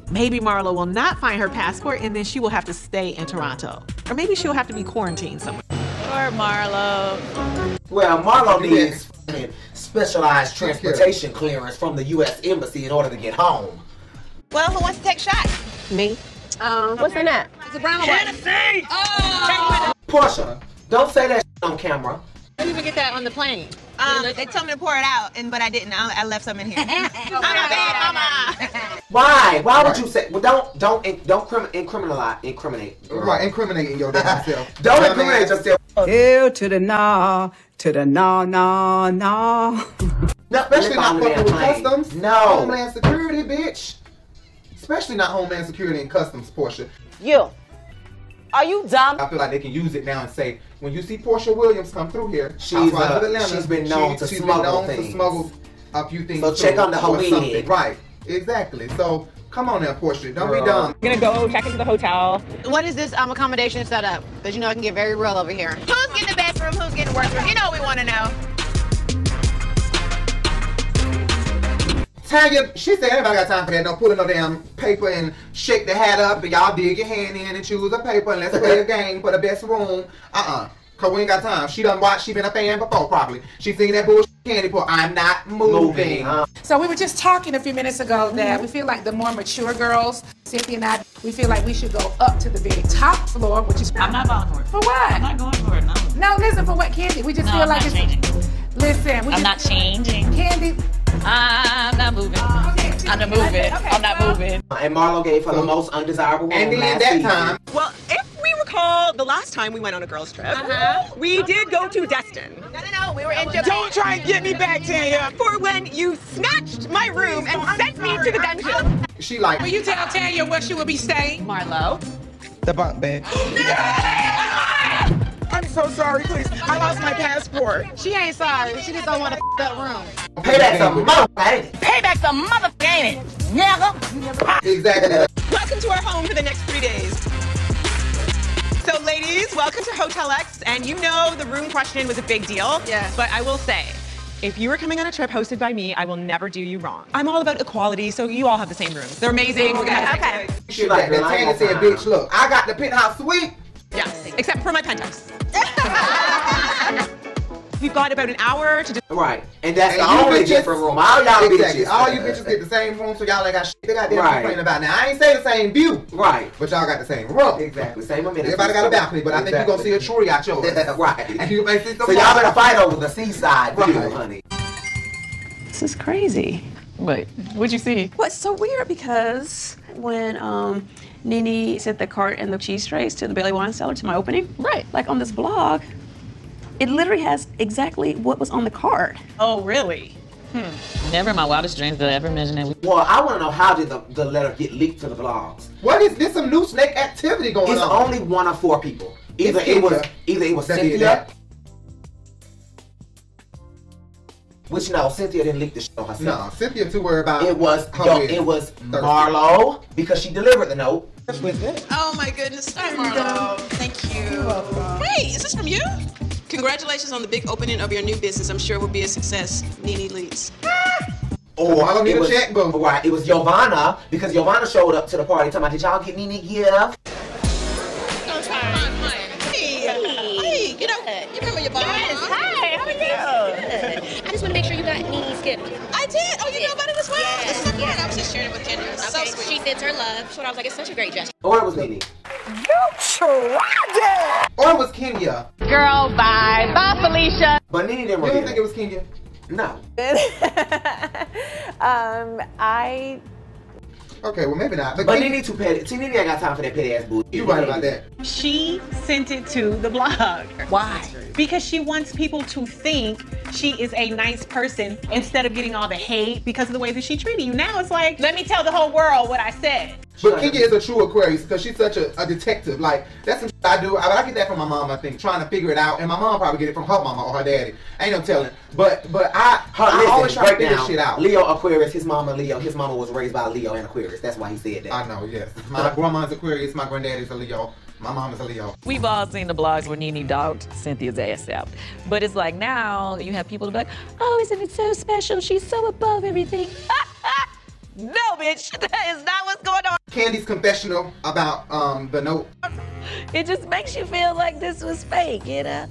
[SPEAKER 22] Maybe Marlo will not find her passport and then she will have to stay in Toronto. Or maybe she'll have to be quarantined somewhere.
[SPEAKER 6] Or Marlo.
[SPEAKER 3] Well, Marlo needs f***ing specialized transportation clearance from the U.S. Embassy in order to get home.
[SPEAKER 22] Well, who wants to take shots?
[SPEAKER 3] Me.
[SPEAKER 22] Um, what's in that?
[SPEAKER 15] It's a brown
[SPEAKER 10] Oh!
[SPEAKER 22] one.
[SPEAKER 3] Portia, Don't say that on camera.
[SPEAKER 7] I didn't even get that on the plane. Um, they told me to pour it out, and but I didn't. I, I left some in here. I'm a bad mama.
[SPEAKER 3] Why? Why would you say? Well, don't don't in- don't crim- incriminalize incriminate.
[SPEAKER 1] Right, incriminating your damn self.
[SPEAKER 3] Don't incriminate yourself.
[SPEAKER 11] Hell to the nah, to the nah, nah, nah.
[SPEAKER 1] No, especially not fucking with customs.
[SPEAKER 3] No.
[SPEAKER 1] Homeland Security, bitch. Especially not Homeland Security and customs, Portia.
[SPEAKER 30] You. Are you dumb?
[SPEAKER 1] I feel like they can use it now and say, when you see Portia Williams come through here,
[SPEAKER 3] She's
[SPEAKER 1] outside
[SPEAKER 3] a-
[SPEAKER 1] of Atlanta,
[SPEAKER 3] she's been known to
[SPEAKER 1] she's
[SPEAKER 3] smuggle
[SPEAKER 1] been known
[SPEAKER 3] things.
[SPEAKER 1] to smuggle a few things.
[SPEAKER 3] So check
[SPEAKER 1] through
[SPEAKER 3] on the
[SPEAKER 1] or
[SPEAKER 3] Hawaiian.
[SPEAKER 1] something. Right. Exactly. So come on now, Portia. Don't be dumb.
[SPEAKER 30] gonna go check into the hotel.
[SPEAKER 7] What is this um, accommodation set up? Because you know I can get very real over here. Who's getting the best room? Who's getting the worst room? You know what we want to know.
[SPEAKER 1] Tanya, she said everybody got time for that. Don't pull no damn paper and shake the hat up and y'all dig your hand in and choose a paper and let's play a game for the best room. Uh-uh. Cause we ain't got time. She done watched, she been a fan before probably. She seen that bullshit candy for I'm not moving.
[SPEAKER 4] So we were just talking a few minutes ago that we feel like the more mature girls, Cynthia and I, we feel like we should go up to the very top floor, which is I'm not
[SPEAKER 6] going for it.
[SPEAKER 4] For what? I'm
[SPEAKER 6] not going for it. No.
[SPEAKER 4] No, listen for what, Candy? We just
[SPEAKER 6] No,
[SPEAKER 4] feel
[SPEAKER 6] I'm
[SPEAKER 4] like
[SPEAKER 6] not
[SPEAKER 4] it's. Listen, we
[SPEAKER 6] I'm
[SPEAKER 4] just,
[SPEAKER 6] not changing.
[SPEAKER 4] Candy. Oh,
[SPEAKER 6] I'm not moving.
[SPEAKER 4] I'm
[SPEAKER 6] not moving. I'm not moving.
[SPEAKER 3] And Marlo gave her the most undesirable woman
[SPEAKER 6] And then
[SPEAKER 3] last
[SPEAKER 6] that
[SPEAKER 3] season.
[SPEAKER 6] time-
[SPEAKER 9] Well, if we recall, the last time we went on a girls' trip,
[SPEAKER 7] Uh-huh.
[SPEAKER 9] we did go to Destin.
[SPEAKER 7] No, no, no. We were in Japan.
[SPEAKER 9] Don't try and get me back, Tanya. For when you snatched my room and sent me to the dungeon.
[SPEAKER 1] She like.
[SPEAKER 9] Will you tell Tanya where she will be staying? Marlo.
[SPEAKER 31] The bunk bed.
[SPEAKER 9] I'm so sorry, please. I lost my passport.
[SPEAKER 7] She ain't sorry. She just don't want to f- that room.
[SPEAKER 3] Pay back some motherfucker.
[SPEAKER 7] Payback the motherfucker, ain't it? Nigga.
[SPEAKER 1] Exactly.
[SPEAKER 9] Welcome to our home for the next three days. So, ladies, welcome to Hotel X. And you know the room question was a big deal. Yes. But I will say, if you were coming on a trip hosted by me, I will never do you wrong. I'm all about equality, so you all have the same rooms. They're amazing. We're gonna have
[SPEAKER 7] Okay.
[SPEAKER 1] She like that. Tanya said, bitch, look, I got the penthouse suite.
[SPEAKER 9] Yes, except for my penthouse. We've got about an hour to just.
[SPEAKER 3] Right. And that's
[SPEAKER 1] And
[SPEAKER 3] the
[SPEAKER 1] you
[SPEAKER 3] only
[SPEAKER 1] bitches-
[SPEAKER 3] different room. All y'all
[SPEAKER 1] exactly.
[SPEAKER 3] bitches.
[SPEAKER 1] All you bitches get the same room, so y'all ain't got shit they got
[SPEAKER 3] Right.
[SPEAKER 1] right. complain about. Now I ain't say the same view,
[SPEAKER 3] Right.
[SPEAKER 1] but y'all got the same room.
[SPEAKER 3] Exactly. Same amenities.
[SPEAKER 1] Everybody got a balcony, but I think you're gonna see a tree out yours.
[SPEAKER 3] right.
[SPEAKER 1] And you may see
[SPEAKER 3] So y'all better fight over the seaside view, honey.
[SPEAKER 32] This is crazy. Wait, what'd you see? What's so weird because when um, Nene sent the cart and the cheese trays to the Bailey Wine Cellar to my opening, right? Like on this blog, it literally has exactly what was on the card.
[SPEAKER 9] Oh, really?
[SPEAKER 6] Hmm. Never in my wildest dreams did I ever imagine that. we-
[SPEAKER 3] Well, I want to know how did the, the letter get leaked to the blogs?
[SPEAKER 1] What is this? Some new snake activity going
[SPEAKER 3] it's
[SPEAKER 1] on.
[SPEAKER 3] only one of four people. Either
[SPEAKER 1] It's
[SPEAKER 3] it was
[SPEAKER 1] Cynthia.
[SPEAKER 3] either it was
[SPEAKER 1] That did
[SPEAKER 3] Cynthia.
[SPEAKER 1] that.
[SPEAKER 3] Which no, Cynthia didn't leak the show herself.
[SPEAKER 1] No, Cynthia too worried about
[SPEAKER 3] It was
[SPEAKER 1] her
[SPEAKER 3] yo,
[SPEAKER 1] being
[SPEAKER 3] it was
[SPEAKER 1] thirsty.
[SPEAKER 3] Marlo because she delivered the note.
[SPEAKER 12] Oh my goodness. Hi, Marlo. Thank you. Wait, is this from you? Congratulations on the big opening of your new business. I'm sure it will be a success. Nene leads.
[SPEAKER 3] Or
[SPEAKER 1] Marlo need
[SPEAKER 3] it
[SPEAKER 1] a
[SPEAKER 3] was,
[SPEAKER 1] checkbook.
[SPEAKER 3] Right, it was Giovanna because Giovanna showed up to the party talking about did y'all get any gift?
[SPEAKER 12] Hey, hey, get out. You remember your boss? Yes. Hi, how are you? Good. I just want to make sure you got Nene's gift. I did. Oh, you know about it as well? Yes. This is I was just sharing it with Kendra. It was so sweet. She sends her love. So I was like, it's such a great gesture.
[SPEAKER 3] Or it was Nene.
[SPEAKER 12] You tried
[SPEAKER 1] Or it was Kenya.
[SPEAKER 12] Girl, bye. Bye, Felicia.
[SPEAKER 3] But
[SPEAKER 1] You
[SPEAKER 3] Nene didn't
[SPEAKER 1] don't
[SPEAKER 3] reveal
[SPEAKER 1] think it was Kenya?
[SPEAKER 3] No.
[SPEAKER 22] Um, I
[SPEAKER 1] Okay, well maybe not.
[SPEAKER 3] But, Nene too petty. See, Nene ain't got time for that petty ass bullshit.
[SPEAKER 1] You right about that.
[SPEAKER 9] She sent it to the blog. Why? Because she wants people to think she is a nice person instead of getting all the hate because of the way that she treated you. Now it's like, let me tell the whole world what I said.
[SPEAKER 1] But Kenya is a true Aquarius because she's such a, a detective. Like that's some shit I do. I, I get that from my mom. I think trying to figure it out, and my mom probably get it from her mama or her daddy. Ain't no telling. But but I
[SPEAKER 3] Her,
[SPEAKER 1] I
[SPEAKER 3] listen,
[SPEAKER 1] always try
[SPEAKER 3] right
[SPEAKER 1] to figure
[SPEAKER 3] now,
[SPEAKER 1] shit out.
[SPEAKER 3] Leo Aquarius, his mama Leo, his mama was raised by a Leo and Aquarius. That's why he said that.
[SPEAKER 1] I know, yes. My grandma's Aquarius, my granddaddy's a Leo, my mom is a Leo.
[SPEAKER 6] We've all seen the blogs where Nene dogged Cynthia's ass out. But it's like now you have people to be like, oh, isn't it so special? She's so above everything.
[SPEAKER 9] No, bitch, that is not what's going on.
[SPEAKER 1] Candy's confessional about um the note.
[SPEAKER 6] It just makes you feel like this was fake, you know?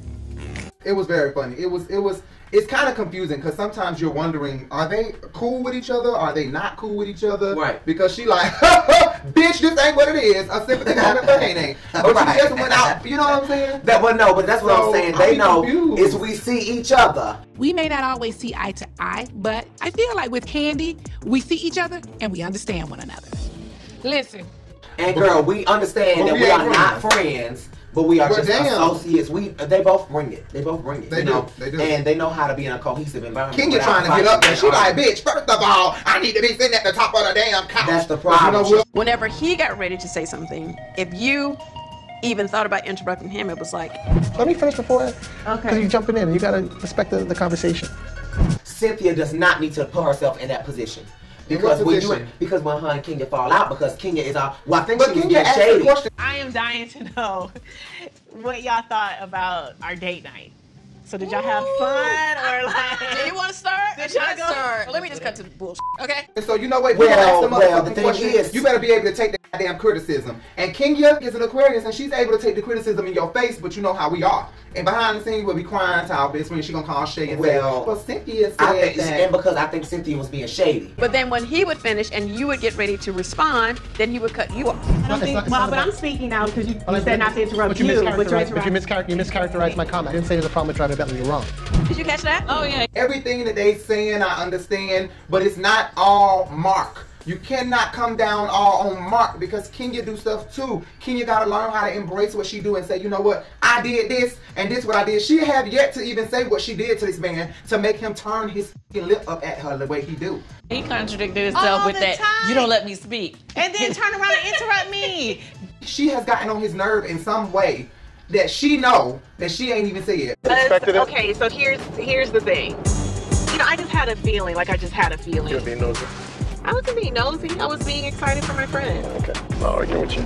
[SPEAKER 1] It was very funny. It was it was it's kind of confusing because sometimes you're wondering, are they cool with each other? Are they not cool with each other? Right. Because she like, bitch, this ain't what it is. A sympathy moment for Nene. But you just went out. You know what I'm saying?
[SPEAKER 3] That well, no, but that's what
[SPEAKER 1] So,
[SPEAKER 3] I'm saying.
[SPEAKER 1] I
[SPEAKER 3] They
[SPEAKER 1] be
[SPEAKER 3] know
[SPEAKER 1] confused.
[SPEAKER 3] is we see each other.
[SPEAKER 4] We may not always see eye to eye, but I feel like with Candy, we see each other and we understand one another. Listen,
[SPEAKER 3] And girl, we understand
[SPEAKER 4] But
[SPEAKER 3] that
[SPEAKER 4] we
[SPEAKER 3] we,
[SPEAKER 4] ain't
[SPEAKER 3] are not friends, but we are
[SPEAKER 1] Well,
[SPEAKER 3] just
[SPEAKER 1] damn.
[SPEAKER 3] associates. We they both bring it. They both bring it.
[SPEAKER 1] They
[SPEAKER 3] you
[SPEAKER 1] do.
[SPEAKER 3] know,
[SPEAKER 1] They do.
[SPEAKER 3] and they know how to be in a cohesive environment.
[SPEAKER 1] Kenya
[SPEAKER 3] without
[SPEAKER 1] trying to get up there.
[SPEAKER 3] fighting
[SPEAKER 1] She like,
[SPEAKER 3] arguing.
[SPEAKER 1] bitch, first of all, oh, I need to be sitting at the top of the damn couch.
[SPEAKER 3] That's the
[SPEAKER 1] But you know
[SPEAKER 3] problem.
[SPEAKER 1] what?
[SPEAKER 21] Whenever he got ready to say something, if you even thought about interrupting him, it was like,
[SPEAKER 13] Let me finish before. Because
[SPEAKER 21] okay.
[SPEAKER 13] you're jumping in. You gotta respect the, the conversation.
[SPEAKER 3] Cynthia does not need to put herself in that position.
[SPEAKER 13] In
[SPEAKER 3] Because
[SPEAKER 13] what
[SPEAKER 3] we
[SPEAKER 13] position?
[SPEAKER 3] do it, because when her and Kenya fall out, because Kenya is all well, I think she was
[SPEAKER 4] Kenya
[SPEAKER 3] getting
[SPEAKER 4] asked the
[SPEAKER 3] shady.
[SPEAKER 4] question.
[SPEAKER 22] I am dying to know what y'all thought about our date night. So did y'all have fun or like?
[SPEAKER 29] Do you want to start?
[SPEAKER 22] Did
[SPEAKER 29] Should I
[SPEAKER 22] y'all go-
[SPEAKER 29] start? Let me just cut to the bullshit. Okay.
[SPEAKER 1] And so you know what?
[SPEAKER 3] Well,
[SPEAKER 1] Well, ask
[SPEAKER 3] well,
[SPEAKER 1] well,
[SPEAKER 3] the
[SPEAKER 1] the
[SPEAKER 3] thing
[SPEAKER 1] question,
[SPEAKER 3] is-
[SPEAKER 1] you better be able to take that damn criticism. And Kenya is an Aquarius, and she's able to take the criticism in your face, but you know how we are. And behind the scenes, we'll be crying to our best friend. She gonna call Shay and
[SPEAKER 3] Well,
[SPEAKER 1] say, "Well, Cynthia
[SPEAKER 3] I
[SPEAKER 1] said
[SPEAKER 3] think,
[SPEAKER 1] that."
[SPEAKER 3] and because I think Cynthia was being shady.
[SPEAKER 21] But then when he would finish and you would get ready to respond, then he would cut you off.
[SPEAKER 13] I don't think- well, but I'm
[SPEAKER 22] speaking now because you,
[SPEAKER 13] Well, I- but you, mischaracterized, but you, mischar- you mischaracterized my comment. I didn't say there's a problem with driving a Bentley. You're wrong.
[SPEAKER 1] Did you catch that? Oh yeah. Everything that they saying, I understand, but it's not all Mark. You cannot come down all on Mark because Kenya do stuff too. Kenya gotta learn how to embrace what she do and say, you know what, I did this and this what I did. She have yet to even say what she did to this man to make him turn his f***ing lip up at her the way he do.
[SPEAKER 29] He contradicted himself
[SPEAKER 22] All
[SPEAKER 29] with
[SPEAKER 22] the
[SPEAKER 29] that. You don't let me speak.
[SPEAKER 22] And then turn around and interrupt me.
[SPEAKER 1] She has gotten on his nerve in some way that she know that she ain't even said.
[SPEAKER 22] Okay, so here's here's the thing. You know, I just had a feeling. Like I just had a feeling.
[SPEAKER 13] being nosy.
[SPEAKER 22] I wasn't being nosy. I was being excited for my friend.
[SPEAKER 13] Okay. I'm not arguing with you.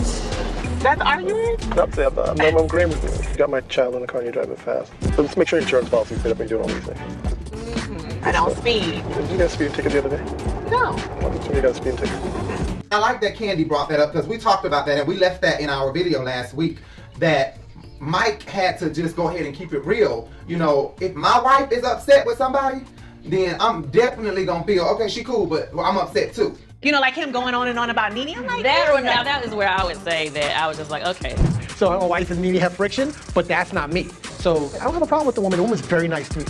[SPEAKER 22] That's arguing.
[SPEAKER 13] No, I'm, I'm, I'm, I'm agreeing with you. You got my child in the car and you're driving fast. So just make sure your insurance policy is set up and you're doing all these things.
[SPEAKER 22] I don't speed.
[SPEAKER 13] Did you guys speed ticket the other day?
[SPEAKER 22] No.
[SPEAKER 13] Somebody got a speeding ticket.
[SPEAKER 1] I like that Candy brought that up because we talked about that and we left that in our video last week that Mike had to just go ahead and keep it real. You know, if my wife is upset with somebody, then I'm definitely gonna feel okay. She cool, but I'm upset too.
[SPEAKER 22] You know, like him going on and on about Nene. I'm like,
[SPEAKER 6] That or now, that is where I would say that I was just like, okay.
[SPEAKER 13] So my wife and me have friction, but that's not me. So I don't have a problem with the woman. The woman's very nice to me.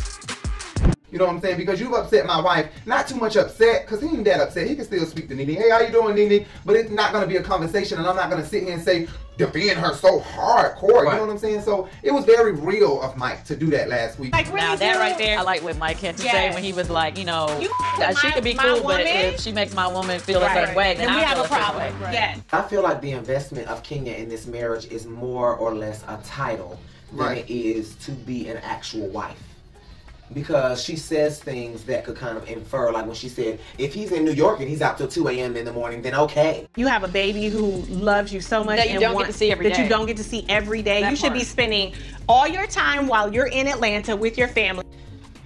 [SPEAKER 1] You know what I'm saying? Because you've upset my wife. Not too much upset, because he ain't that upset. He can still speak to Nene. Hey, how you doing, Nene? But it's not gonna be a conversation, and I'm not gonna sit here and say defend her so hardcore. You know what I'm saying? So it was very real of Mike to do that last week.
[SPEAKER 6] now that right there, I like what Mike had to say
[SPEAKER 1] Yes.
[SPEAKER 6] when he was like, you know,
[SPEAKER 1] You
[SPEAKER 6] that she
[SPEAKER 1] my-
[SPEAKER 6] could be
[SPEAKER 1] my
[SPEAKER 6] cool, but
[SPEAKER 1] woman?
[SPEAKER 6] if she makes my woman feel a certain way, then, I feel certain way.
[SPEAKER 22] Yes.
[SPEAKER 3] I feel like the investment of Kenya in this marriage is more or less a title than
[SPEAKER 1] Right.
[SPEAKER 3] it is to be an actual wife. Because she says things that could kind of infer, like when she said, if he's in New York and he's out till 2 a.m. in the morning, then okay.
[SPEAKER 22] You have a baby who loves you so much
[SPEAKER 3] That you
[SPEAKER 22] and
[SPEAKER 3] don't get
[SPEAKER 22] wants-
[SPEAKER 3] to see every
[SPEAKER 22] that
[SPEAKER 3] day.
[SPEAKER 22] you don't get to see every day.
[SPEAKER 3] That
[SPEAKER 22] you should be
[SPEAKER 3] part.
[SPEAKER 22] spending all your time while you're in Atlanta with your family.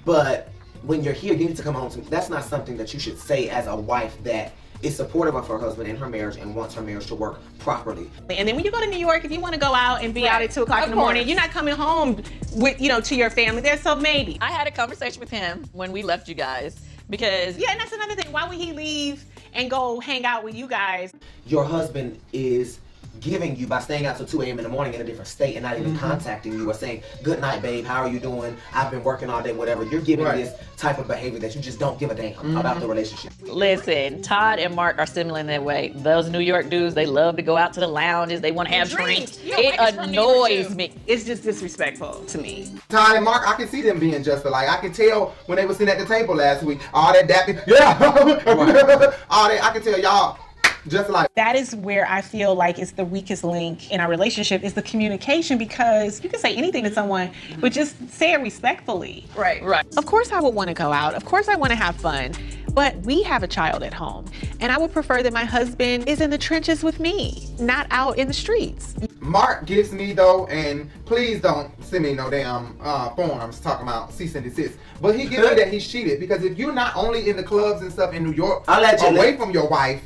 [SPEAKER 3] But when you're here, you need to come home to me. That's not something that you should say as a wife that is supportive of her husband in her marriage and wants her marriage to work properly.
[SPEAKER 22] And then when you go to New York, if you want to go out and be out at two o'clock
[SPEAKER 29] Of
[SPEAKER 22] in the morning,
[SPEAKER 29] course.
[SPEAKER 22] you're not coming home with you know to your family there. So maybe.
[SPEAKER 29] I had a conversation with him when we left you guys because
[SPEAKER 22] Yeah, and that's another thing. Why would he leave and go hang out with you guys?
[SPEAKER 3] Your husband is giving you by staying out till 2 a.m. in the morning in a different state and not even contacting you or saying, Good night, babe, how are you doing? I've been working all day, whatever. You're giving
[SPEAKER 29] Right.
[SPEAKER 3] this type of behavior that you just don't give a damn
[SPEAKER 29] Mhm.
[SPEAKER 3] about the relationship.
[SPEAKER 29] Listen, Todd and Mark are similar in that way. Those New York dudes, they love to go out to the lounges. They want to have drinks. It annoys me.
[SPEAKER 22] It's just disrespectful to me.
[SPEAKER 1] Todd and Mark, I can see them being just alike. I can tell when they were sitting at the table last week, all that dapping, yeah, all that. I can tell y'all just alike.
[SPEAKER 22] That is where I feel like it's the weakest link in our relationship is the communication because you can say anything to someone, but just say it respectfully.
[SPEAKER 29] Right, right.
[SPEAKER 22] Of course, I would want to go out. Of course, I want to have fun. But we have a child at home, and I would prefer that my husband is in the trenches with me, not out in the streets.
[SPEAKER 1] Mark gets me though, and please don't send me no damn uh, forms talking about cease and desist. But he gives me that he cheated because if you're not only in the clubs and stuff in New York,
[SPEAKER 3] Allegedly.
[SPEAKER 1] away from your wife,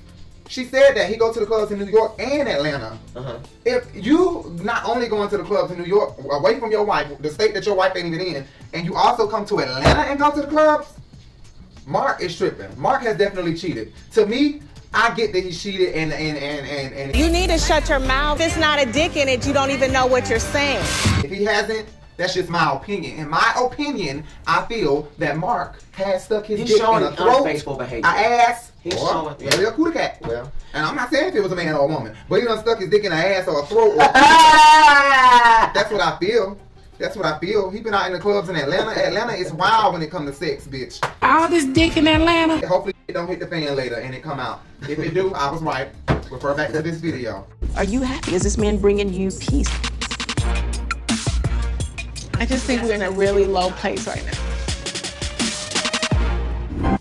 [SPEAKER 1] she said that he go to the clubs in New York and Atlanta.
[SPEAKER 3] Uh-huh.
[SPEAKER 1] If you not only going to the clubs in New York away from your wife, the state that your wife ain't even in, and you also come to Atlanta and go to the clubs, Mark is tripping. Mark has definitely cheated. To me, I get that he cheated and and and and, and
[SPEAKER 14] You need to shut your mouth. If it's not a dick in it, you don't even know what you're saying.
[SPEAKER 1] If he hasn't, that's just my opinion. In my opinion, I feel that Mark has stuck his
[SPEAKER 3] He's
[SPEAKER 1] dick
[SPEAKER 3] showing
[SPEAKER 1] in a throat,
[SPEAKER 3] unfaithful behavior.
[SPEAKER 1] a ass,
[SPEAKER 3] He's
[SPEAKER 1] or
[SPEAKER 3] showing-
[SPEAKER 1] maybe a cootie cat. Well, and I'm not saying if it was a man or a woman, but he done stuck his dick in an ass or a throat. Or that's what I feel. That's what I feel. He been out in the clubs in Atlanta. Atlanta is wild when it come to sex, bitch.
[SPEAKER 4] All this dick in Atlanta.
[SPEAKER 1] Hopefully it don't hit the fan later and it come out. If it do, I was right. Refer back to this video.
[SPEAKER 22] Are you happy? Is this man bringing you peace? I just think we're in a really low place right now.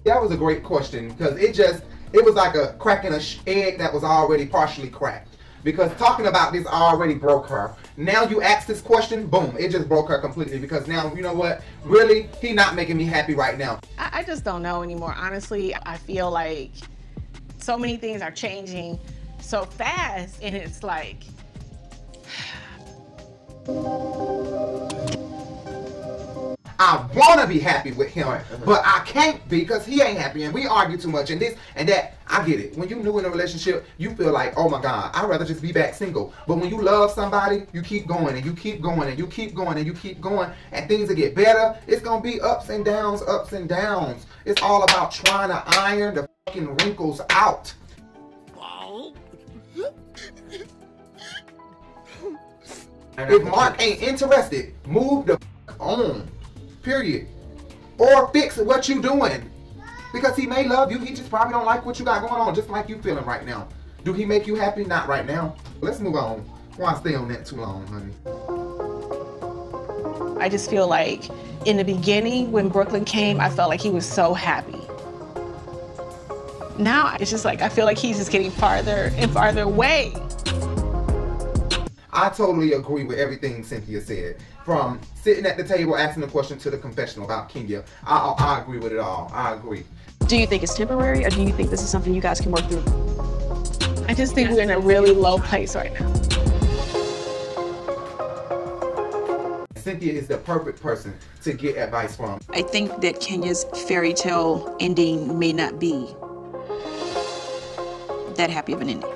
[SPEAKER 1] That was a great question because it just it was like a cracking a sh- egg that was already partially cracked. Because talking about this already broke her. Now you ask this question, boom, it just broke her completely. Because now you know what? Really, he not making me happy right now.
[SPEAKER 22] I, I just don't know anymore. Honestly, I feel like so many things are changing so fast, and it's like.
[SPEAKER 1] I wanna be happy with him, Uh-huh. but I can't be because he ain't happy and we argue too much and this and that. I get it. When you new in a relationship, you feel like, oh my God, I'd rather just be back single. But when you love somebody, you keep going and you keep going and you keep going and you keep going and things will get better. It's gonna be ups and downs, ups and downs. It's all about trying to iron the fucking wrinkles out. If Mark ain't interested, move the f- on. Period. Or fix what you doing. Because he may love you, he just probably don't like what you got going on, just like you feeling right now. Do he make you happy? Not right now. Let's move on. Why stay on that too long, honey?
[SPEAKER 22] I just feel like in the beginning when Brooklyn came, I felt like he was so happy. Now it's just like I feel like he's just getting farther and farther away.
[SPEAKER 1] I totally agree with everything Cynthia said. From sitting at the table asking the question to the confessional about Kenya, I, I, I agree with it all. I agree.
[SPEAKER 22] Do you think it's temporary or do you think this is something you guys can work through? I just think we're in a really low place right now.
[SPEAKER 1] Cynthia is the perfect person to get advice from.
[SPEAKER 22] I think that Kenya's fairy tale ending may not be that happy of an ending.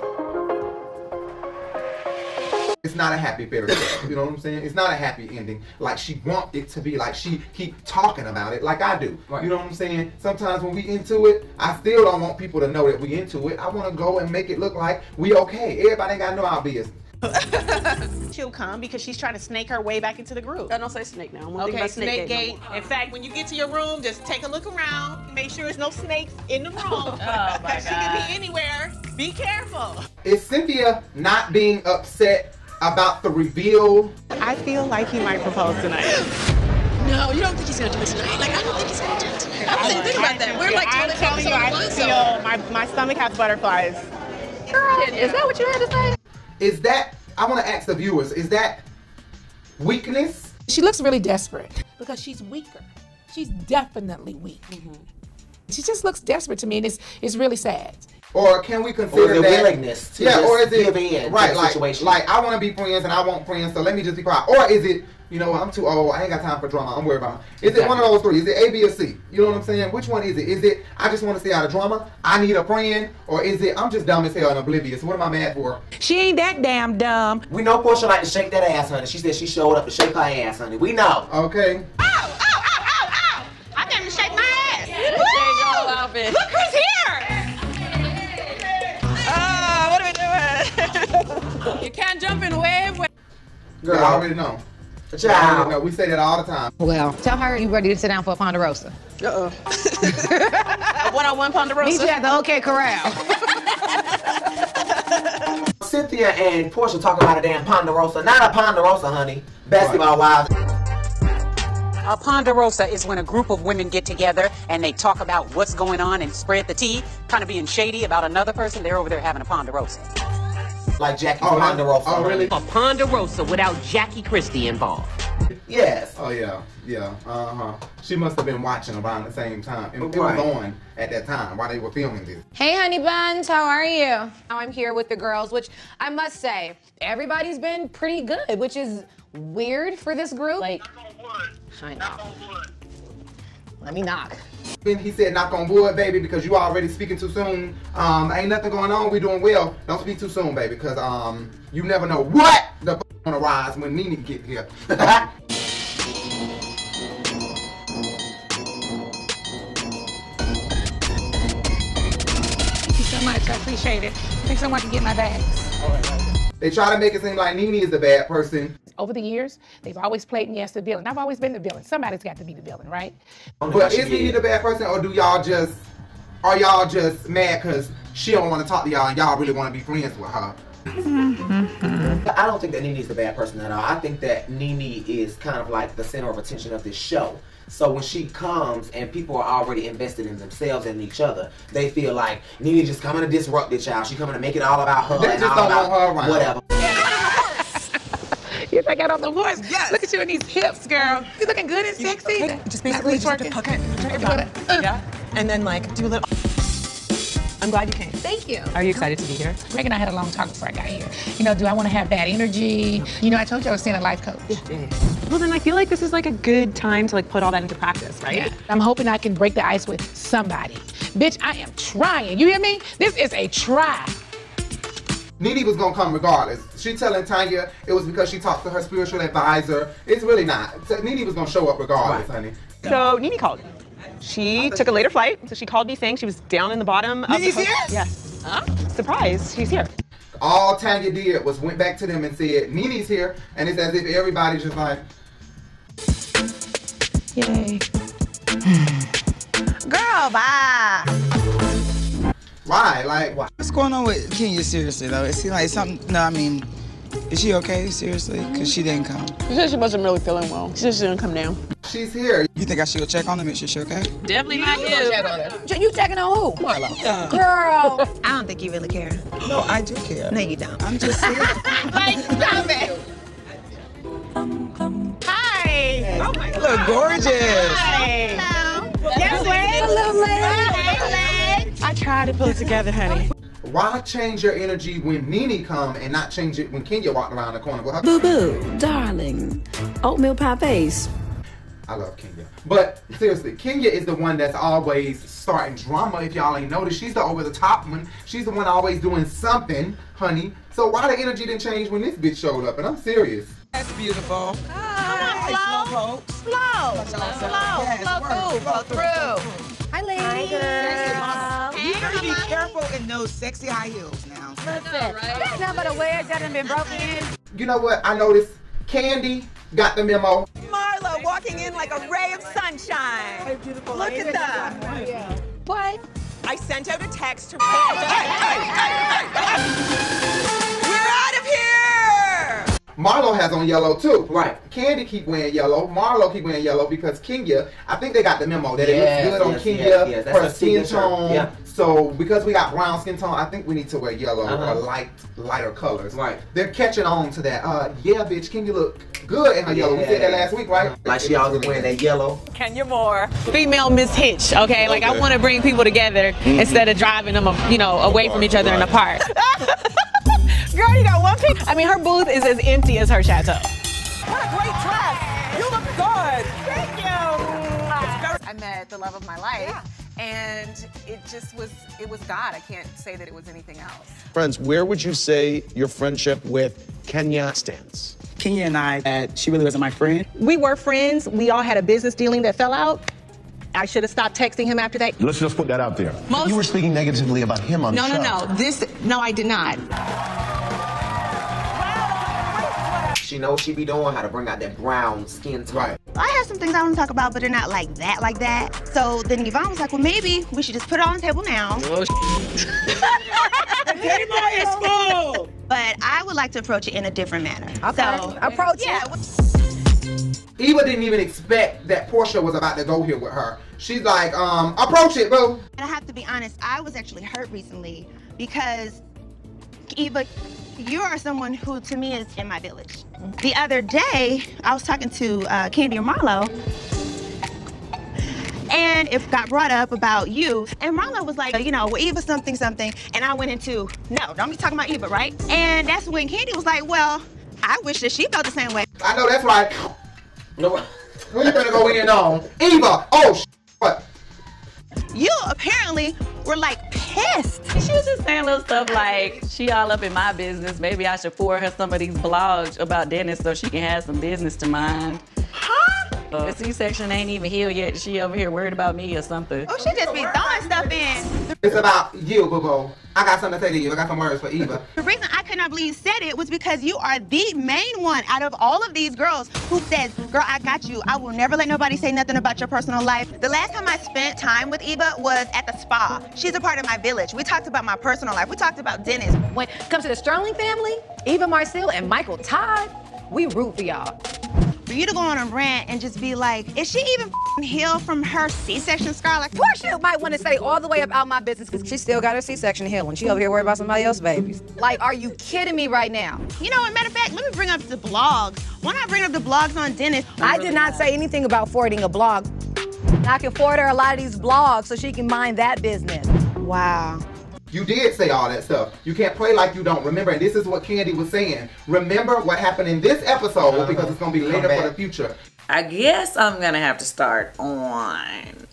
[SPEAKER 1] It's not a happy fairy tale. You know what I'm saying? It's not a happy ending. Like she want it to be. Like she keep talking about it. Like I do. You know what I'm saying? Sometimes when we into it, I still don't want people to know that we into it. I want to go and make it look like we okay. Everybody ain't got to know our business.
[SPEAKER 22] She'll come because she's trying to snake her way back into the group. don't say snake now. okay, okay, snake, gate. gate. In fact, when you get to your room, just take a look around. Make sure there's no snakes in the room.
[SPEAKER 24] Oh, my
[SPEAKER 22] she could
[SPEAKER 24] God.
[SPEAKER 22] be anywhere. Be careful.
[SPEAKER 1] Is Cynthia not being upset about the reveal?
[SPEAKER 22] I feel like he might propose tonight.
[SPEAKER 10] No, you don't think he's gonna do it tonight? Like I don't think he's gonna do it tonight. I don't think, think about that. We're like
[SPEAKER 22] I'm
[SPEAKER 10] twenty
[SPEAKER 22] telling you, I feel my, my stomach has butterflies.
[SPEAKER 10] Girl, is that what you had to say?
[SPEAKER 1] Is that? I want to ask the viewers. Is that weakness?
[SPEAKER 4] She looks really desperate because she's weaker. She's definitely weak.
[SPEAKER 22] Mm-hmm.
[SPEAKER 4] She just looks desperate to me, and it's it's really sad.
[SPEAKER 1] Or can we consider
[SPEAKER 3] the
[SPEAKER 1] that
[SPEAKER 3] willingness to
[SPEAKER 1] yeah,
[SPEAKER 3] just
[SPEAKER 1] or is it
[SPEAKER 3] give in to
[SPEAKER 1] right?
[SPEAKER 3] the
[SPEAKER 1] like,
[SPEAKER 3] situation.
[SPEAKER 1] like I want to be friends and I want friends, so let me just be quiet. Or is it you know I'm too old, I ain't got time for drama. I'm worried about. Is it one of those three? Is it A, B, or C? You know what I'm saying? Which one is it? Is it I just want to stay out of drama? I need a friend, or is it I'm just dumb as hell and oblivious? What am I mad for?
[SPEAKER 22] She ain't that damn dumb.
[SPEAKER 3] We know Portia like to shake that ass, honey. She said she showed up to shake her ass, honey. We know.
[SPEAKER 1] Okay.
[SPEAKER 10] I got him to shake my ass.
[SPEAKER 29] Yeah, change your whole outfit.
[SPEAKER 10] Look who's here!
[SPEAKER 16] Ah, what are we doing? you can't jump in wave.
[SPEAKER 1] Girl, I already know. Child. I already know. We say that all the time.
[SPEAKER 15] Well, tell her you ready to sit down for a Ponderosa.
[SPEAKER 22] Uh-oh. a one-on-one Ponderosa.
[SPEAKER 15] Meet you at the OK Corral.
[SPEAKER 3] Cynthia and Portia talking about a damn ponderosa. Not a ponderosa, honey. Basketball wives.
[SPEAKER 5] A ponderosa is when a group of women get together and they talk about what's going on and spread the tea, kind of being shady about another person. They're over there having a ponderosa.
[SPEAKER 3] Like Jackie Ponderosa. Oh, really?
[SPEAKER 5] A ponderosa without Jackie Christie involved.
[SPEAKER 1] Yes. Oh yeah, yeah. Uh huh. She must have been watching around the same time. It, it was
[SPEAKER 3] Right.
[SPEAKER 1] on at that time while they were filming this.
[SPEAKER 11] Hey, honey buns, how are you? Now I'm here with the girls, which I must say, everybody's been pretty good, which is weird for this group. Like, I know.
[SPEAKER 1] Let me knock. Then he said, knock on wood, baby, because you already speaking too soon. Um, ain't nothing going on. We doing well. Don't speak too soon, baby, because um, you never know what the f- gonna rise when Nene get here.
[SPEAKER 11] Thank you so much. I appreciate it. Thanks so much for getting my bags.
[SPEAKER 1] they try to make it seem like Nene is the bad person,
[SPEAKER 11] Over the years, they've always played me as the villain. I've always been the villain. Somebody's got to be the villain, right?
[SPEAKER 1] but is Nene the bad person, or do y'all just are y'all just mad because she don't want to talk to y'all and y'all really want to be friends with her?
[SPEAKER 3] I don't think that Nene is the bad person at all. I think that Nene is kind of like the center of attention of this show. So when she comes and people are already invested in themselves and each other, they feel like Nene just coming to disrupt the child. She coming to make it all about her
[SPEAKER 1] They
[SPEAKER 3] and
[SPEAKER 1] just
[SPEAKER 3] all
[SPEAKER 1] don't
[SPEAKER 3] about
[SPEAKER 1] want her around.
[SPEAKER 3] whatever.
[SPEAKER 11] You think I don't know voice? Yes. Look at you in these hips, girl. You looking good and sexy.
[SPEAKER 9] Just basically just have to hook it, hook it up, yeah, and then like do a little. I'm glad you came.
[SPEAKER 11] Thank you.
[SPEAKER 9] Are you excited to be here?
[SPEAKER 11] Greg and I had a long talk before I got here. You know, do I want to have bad energy? You know, I told you I was seeing a life coach.
[SPEAKER 22] Well, then I feel like this is like a good time to like put all that into practice, right?
[SPEAKER 11] Yeah. I'm hoping I can break the ice with somebody. Bitch, I am trying. You hear me? This is a try.
[SPEAKER 1] Nene was gonna come regardless. She telling Tanya it was because she talked to her spiritual advisor. It's really not. So Nene was gonna show up regardless, honey.
[SPEAKER 22] So Nene called. She took a later flight, so she called me saying she was down in the bottom of
[SPEAKER 1] Nene's
[SPEAKER 22] the
[SPEAKER 1] here?
[SPEAKER 22] Yes. Surprise, she's here.
[SPEAKER 1] All Tanya did was went back to them and said, Nene's here, and it's as if everybody's just like,
[SPEAKER 7] Yay. Girl, bye.
[SPEAKER 1] Why? Like, why?
[SPEAKER 24] What's going on with Kenya? Seriously though, it seems like something. No, I mean, is she okay? Seriously, because she didn't come.
[SPEAKER 12] She said she wasn't really feeling well. She just didn't come down.
[SPEAKER 1] She's here.
[SPEAKER 24] You think I should go check on her, make sure she's okay?
[SPEAKER 6] Definitely not you.
[SPEAKER 7] You checking on who? Marlo.
[SPEAKER 24] Yeah.
[SPEAKER 7] Girl. I don't think you really care.
[SPEAKER 24] No, I do care.
[SPEAKER 7] No, you don't.
[SPEAKER 24] I'm just saying.
[SPEAKER 7] like, stop it. Hi.
[SPEAKER 24] Oh my Look gorgeous.
[SPEAKER 7] Hi.
[SPEAKER 24] Yes, legs.
[SPEAKER 7] Hello,
[SPEAKER 24] I tried to pull it together, honey.
[SPEAKER 1] Why change your energy when Nene come and not change it when Kenya walked around the corner with her?
[SPEAKER 8] Boo boo, darling. Oatmeal pie face.
[SPEAKER 1] I love Kenya. But seriously, Kenya is the one that's always starting drama. If y'all ain't noticed, she's the over the top one. She's the one always doing something, honey. So why the energy didn't change when this bitch showed up? And I'm serious.
[SPEAKER 24] That's beautiful.
[SPEAKER 7] Hi. Slow. Slow. Slow. Slow. Slow. Slow through. Hi, ladies. Hi, girl.
[SPEAKER 24] You better be careful in those sexy high heels now.
[SPEAKER 7] That's not but a wedge that done been broken in.
[SPEAKER 1] You know what? I noticed Candy got the memo.
[SPEAKER 7] Marla walking in like a ray of sunshine. Look at that.
[SPEAKER 12] What?
[SPEAKER 7] I sent out a text to. We're out of here.
[SPEAKER 1] Marlo has on yellow too. Right. Candy keep wearing yellow. Marlo keep wearing yellow because Kenya, I think they got the memo that
[SPEAKER 3] Yes,
[SPEAKER 1] it looks good
[SPEAKER 3] yes,
[SPEAKER 1] on Kenya,
[SPEAKER 3] yes, yes. That's
[SPEAKER 1] her
[SPEAKER 3] her
[SPEAKER 1] skin
[SPEAKER 3] signature.
[SPEAKER 1] tone.
[SPEAKER 3] Yeah.
[SPEAKER 1] So because we got brown skin tone, I think we need to wear yellow
[SPEAKER 3] Uh-huh.
[SPEAKER 1] or light, lighter colors. Right. They're catching on to that. Uh, yeah, bitch, Kenya look good in her yellow. We said that
[SPEAKER 3] Yeah.
[SPEAKER 1] last week, right?
[SPEAKER 3] Like she always wearing that yellow.
[SPEAKER 22] Kenya Moore. Female Miss Hitch, okay? Like, I want to bring people together
[SPEAKER 5] Mm-hmm.
[SPEAKER 22] instead of driving them, you know, away from each other and apart. Girl, you got one pick. I mean, her booth is as empty as her chateau.
[SPEAKER 24] What a great dress. You look good. Thank you.
[SPEAKER 33] I met the love of my life, and it just was, it was God. I can't say that it was anything else.
[SPEAKER 17] Friends, where would you say your friendship with Kenya stands?
[SPEAKER 24] Kenya and I, uh, she really wasn't my friend.
[SPEAKER 22] We were friends. We all had a business dealing that fell out. I should have stopped texting him after that.
[SPEAKER 18] Let's just put that out there. you were speaking negatively about him on
[SPEAKER 22] No,
[SPEAKER 18] the show.
[SPEAKER 22] no, no. This, no, I did not.
[SPEAKER 3] She knows she be doing how to bring out that brown skin tone. Right.
[SPEAKER 7] I have some things I want to talk about, but they're not like that, like that. So then Yvonne was like, well, maybe we should just put it on the table now. the table is full. But I would like to approach it in a different manner. So approach it.
[SPEAKER 1] Eva didn't even expect that Portia was about to go here with her. She's like, um, approach it, boo.
[SPEAKER 7] And I have to be honest, I was actually hurt recently because Eva, you are someone who to me is in my village. The other day, I was talking to uh, Candy and Marlo, and it got brought up about you. And Marlo was like, you know, well, Eva something something, and I went into no, don't be talking about Eva, right? And that's when Candy was like, well, I wish that she felt the same way.
[SPEAKER 1] I know that's right. No, who you gonna go in on? Eva. Oh, sh-
[SPEAKER 34] What?
[SPEAKER 7] You apparently were like pissed.
[SPEAKER 35] She was just saying little stuff like, she all up in my business. Maybe I should forward her some of these blogs about Dennis so she can have some business to mind. Huh? The C-section ain't even healed yet. She over here worried about me or something.
[SPEAKER 7] Oh, she just be throwing stuff in.
[SPEAKER 1] It's about you, boo boo. I got something to say to you. I got some words for Eva.
[SPEAKER 7] The reason I could not believe you said it was because you are the main one out of all of these girls who says, Girl, I got you. I will never let nobody say nothing about your personal life. The last time I spent time with Eva was at the spa. She's a part of my village. We talked about my personal life. We talked about Dennis.
[SPEAKER 11] When it comes to the Sterling family, Eva Marcel and Michael Todd, we root for y'all.
[SPEAKER 7] For you to go on a rant and just be like, is she even f***ing healed from her C-section scar? Like,
[SPEAKER 11] Portia might want to say all the way about my business because she still got her C-section healing. She over here worried about somebody else's babies. Like, are you kidding me right now?
[SPEAKER 7] You know, what, matter of fact, let me bring up the blogs. When I bring up the blogs on Dennis,
[SPEAKER 11] I did not say anything about forwarding a blog. I can forward her a lot of these blogs so she can mind that business.
[SPEAKER 7] Wow.
[SPEAKER 1] You did say all that stuff. You can't play like you don't remember. And this is what Candy was saying. Remember what happened in this episode because it's going to be later for the future.
[SPEAKER 6] I guess I'm gonna have to start on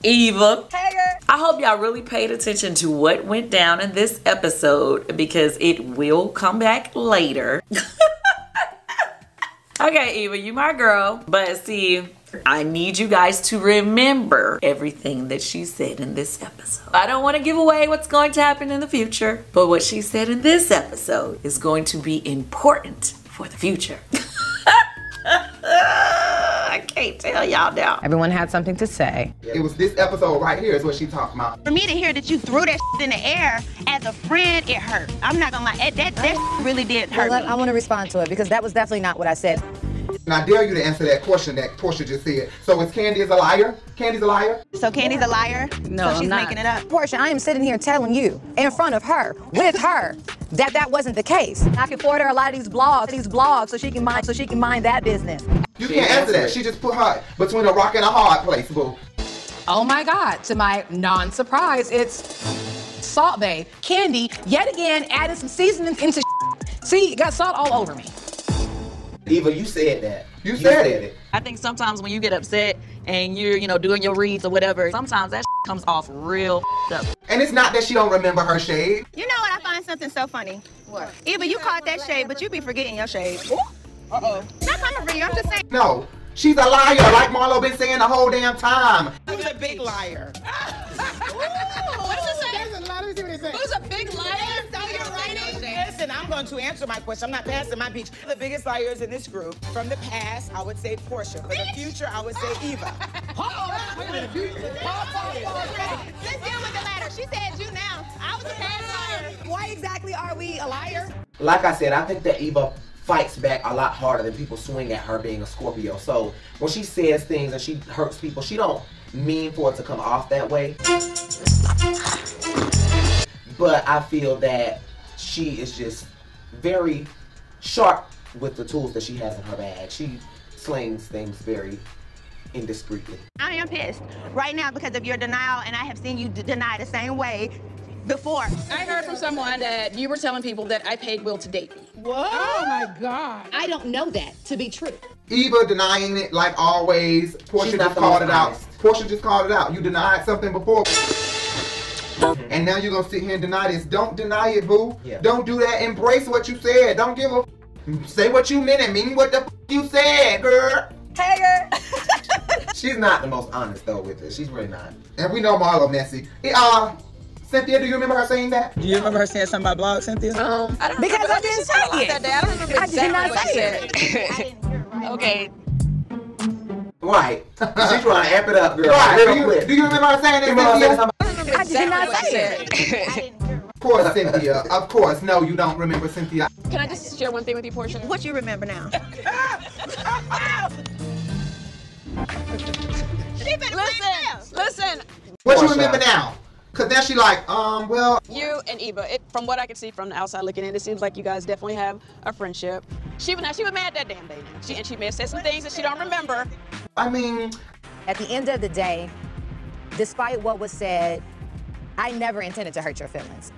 [SPEAKER 6] Eva. I hope y'all really paid attention to what went down in this episode because it will come back later. okay, Eva, you my girl. But see, I need you guys to remember everything that she said in this episode. I don't want to give away what's going to happen in the future, but what she said in this episode is going to be important for the future. I can't tell y'all now.
[SPEAKER 11] Everyone had something to say.
[SPEAKER 1] It was this episode right here is what she talking about.
[SPEAKER 7] For me to hear that you threw that in the air as a friend, it hurt. I'm not gonna lie, that that, that really did hurt.
[SPEAKER 11] Well, I want to respond to it because that was definitely not what I said.
[SPEAKER 1] And I dare you to answer that question that Portia just said. So is Candy is a liar? Candy's a liar?
[SPEAKER 7] So Candy's a liar?
[SPEAKER 35] No,
[SPEAKER 7] So she's
[SPEAKER 35] I'm not.
[SPEAKER 7] making it up.
[SPEAKER 11] Portia, I am sitting here telling you in front of her, with her, that that wasn't the case. I can forward her a lot of these blogs, these blogs, so she can mind, so she can mind that business.
[SPEAKER 1] You can't answer that. She just put her between a rock and a hard place, boo.
[SPEAKER 11] Oh my God, to my non surprise, it's Salt Bay. Candy, yet again, added some seasonings into See, it got salt all over me.
[SPEAKER 1] Eva, you said that. You said it.
[SPEAKER 35] I think sometimes when you get upset and you're, you know, doing your reads or whatever, sometimes that comes off real up.
[SPEAKER 1] And it's not that she don't remember her shade.
[SPEAKER 7] You know what? I find something so funny. What? Eva, you caught that shade, but you be forgetting your shade. Uh oh. Not coming for you. I'm just saying.
[SPEAKER 1] No. She's a liar, like Marlo been saying the whole damn time.
[SPEAKER 7] Who's a big liar?
[SPEAKER 3] What does it say? There's a lot of people that say. Who's a big liar? Now you're writing.
[SPEAKER 9] Listen, I'm going to answer my question. I'm not passing my beach. The biggest liars in this group, from the past, I would say Portia. For the future, I would say Eva.
[SPEAKER 36] Let's deal with the latter. She said you now. I was a bad liar.
[SPEAKER 11] Why exactly are we a liar?
[SPEAKER 1] Like I said, I think that Eva fights back a lot harder than people swing at her being a Scorpio. So when she says things and she hurts people, she don't mean for it to come off that way. But I feel that she is just very sharp with the tools that she has in her bag. She slings things very indiscreetly.
[SPEAKER 7] I am pissed right now because of your denial, and I have seen you d- deny the same way before.
[SPEAKER 3] I heard from someone that you were telling people that I paid Will to date me.
[SPEAKER 7] What?
[SPEAKER 3] Oh my God. I don't know that to be true.
[SPEAKER 1] Eva denying it like always. Portia
[SPEAKER 3] She's not
[SPEAKER 1] just
[SPEAKER 3] the
[SPEAKER 1] called it
[SPEAKER 3] most
[SPEAKER 1] out. Portia just called it out. You denied something before. And now you're gonna sit here and deny this. Don't deny it, boo. Don't do that. Embrace what you said. Don't give a f- say what you meant and mean what the f- you said, girl.
[SPEAKER 7] Hey, girl.
[SPEAKER 1] She's not the most honest though with it. She's really not. And we know Marlo messy. Eh, Uh, Cynthia, do you remember her saying that?
[SPEAKER 37] Do you remember her saying something about blog, Cynthia? Um, I don't
[SPEAKER 11] Because I didn't say it.
[SPEAKER 37] that day. I don't remember
[SPEAKER 11] I did not
[SPEAKER 37] exactly what she
[SPEAKER 11] say
[SPEAKER 37] said.
[SPEAKER 11] it.
[SPEAKER 35] Okay.
[SPEAKER 1] Right. She's trying to amp it up, girl.
[SPEAKER 34] Right.
[SPEAKER 1] Real
[SPEAKER 34] Do you-
[SPEAKER 1] quick. do you remember her saying that, Cynthia?
[SPEAKER 11] I did not say it.
[SPEAKER 1] Of course, Cynthia. Of course. No, you don't remember Cynthia.
[SPEAKER 7] Can I just share one thing with you, Portia? What you remember now? she better listen.
[SPEAKER 3] Listen,
[SPEAKER 1] What you
[SPEAKER 3] Portia.
[SPEAKER 1] remember now? Cause now she like, um, well,
[SPEAKER 12] You and Eva, it, from what I can see from the outside looking in, it seems like you guys definitely have a friendship. She was now she was mad at that damn baby. She and she may have said some things that she don't remember.
[SPEAKER 1] I mean,
[SPEAKER 11] At the end of the day, despite what was said, I never intended to hurt your feelings.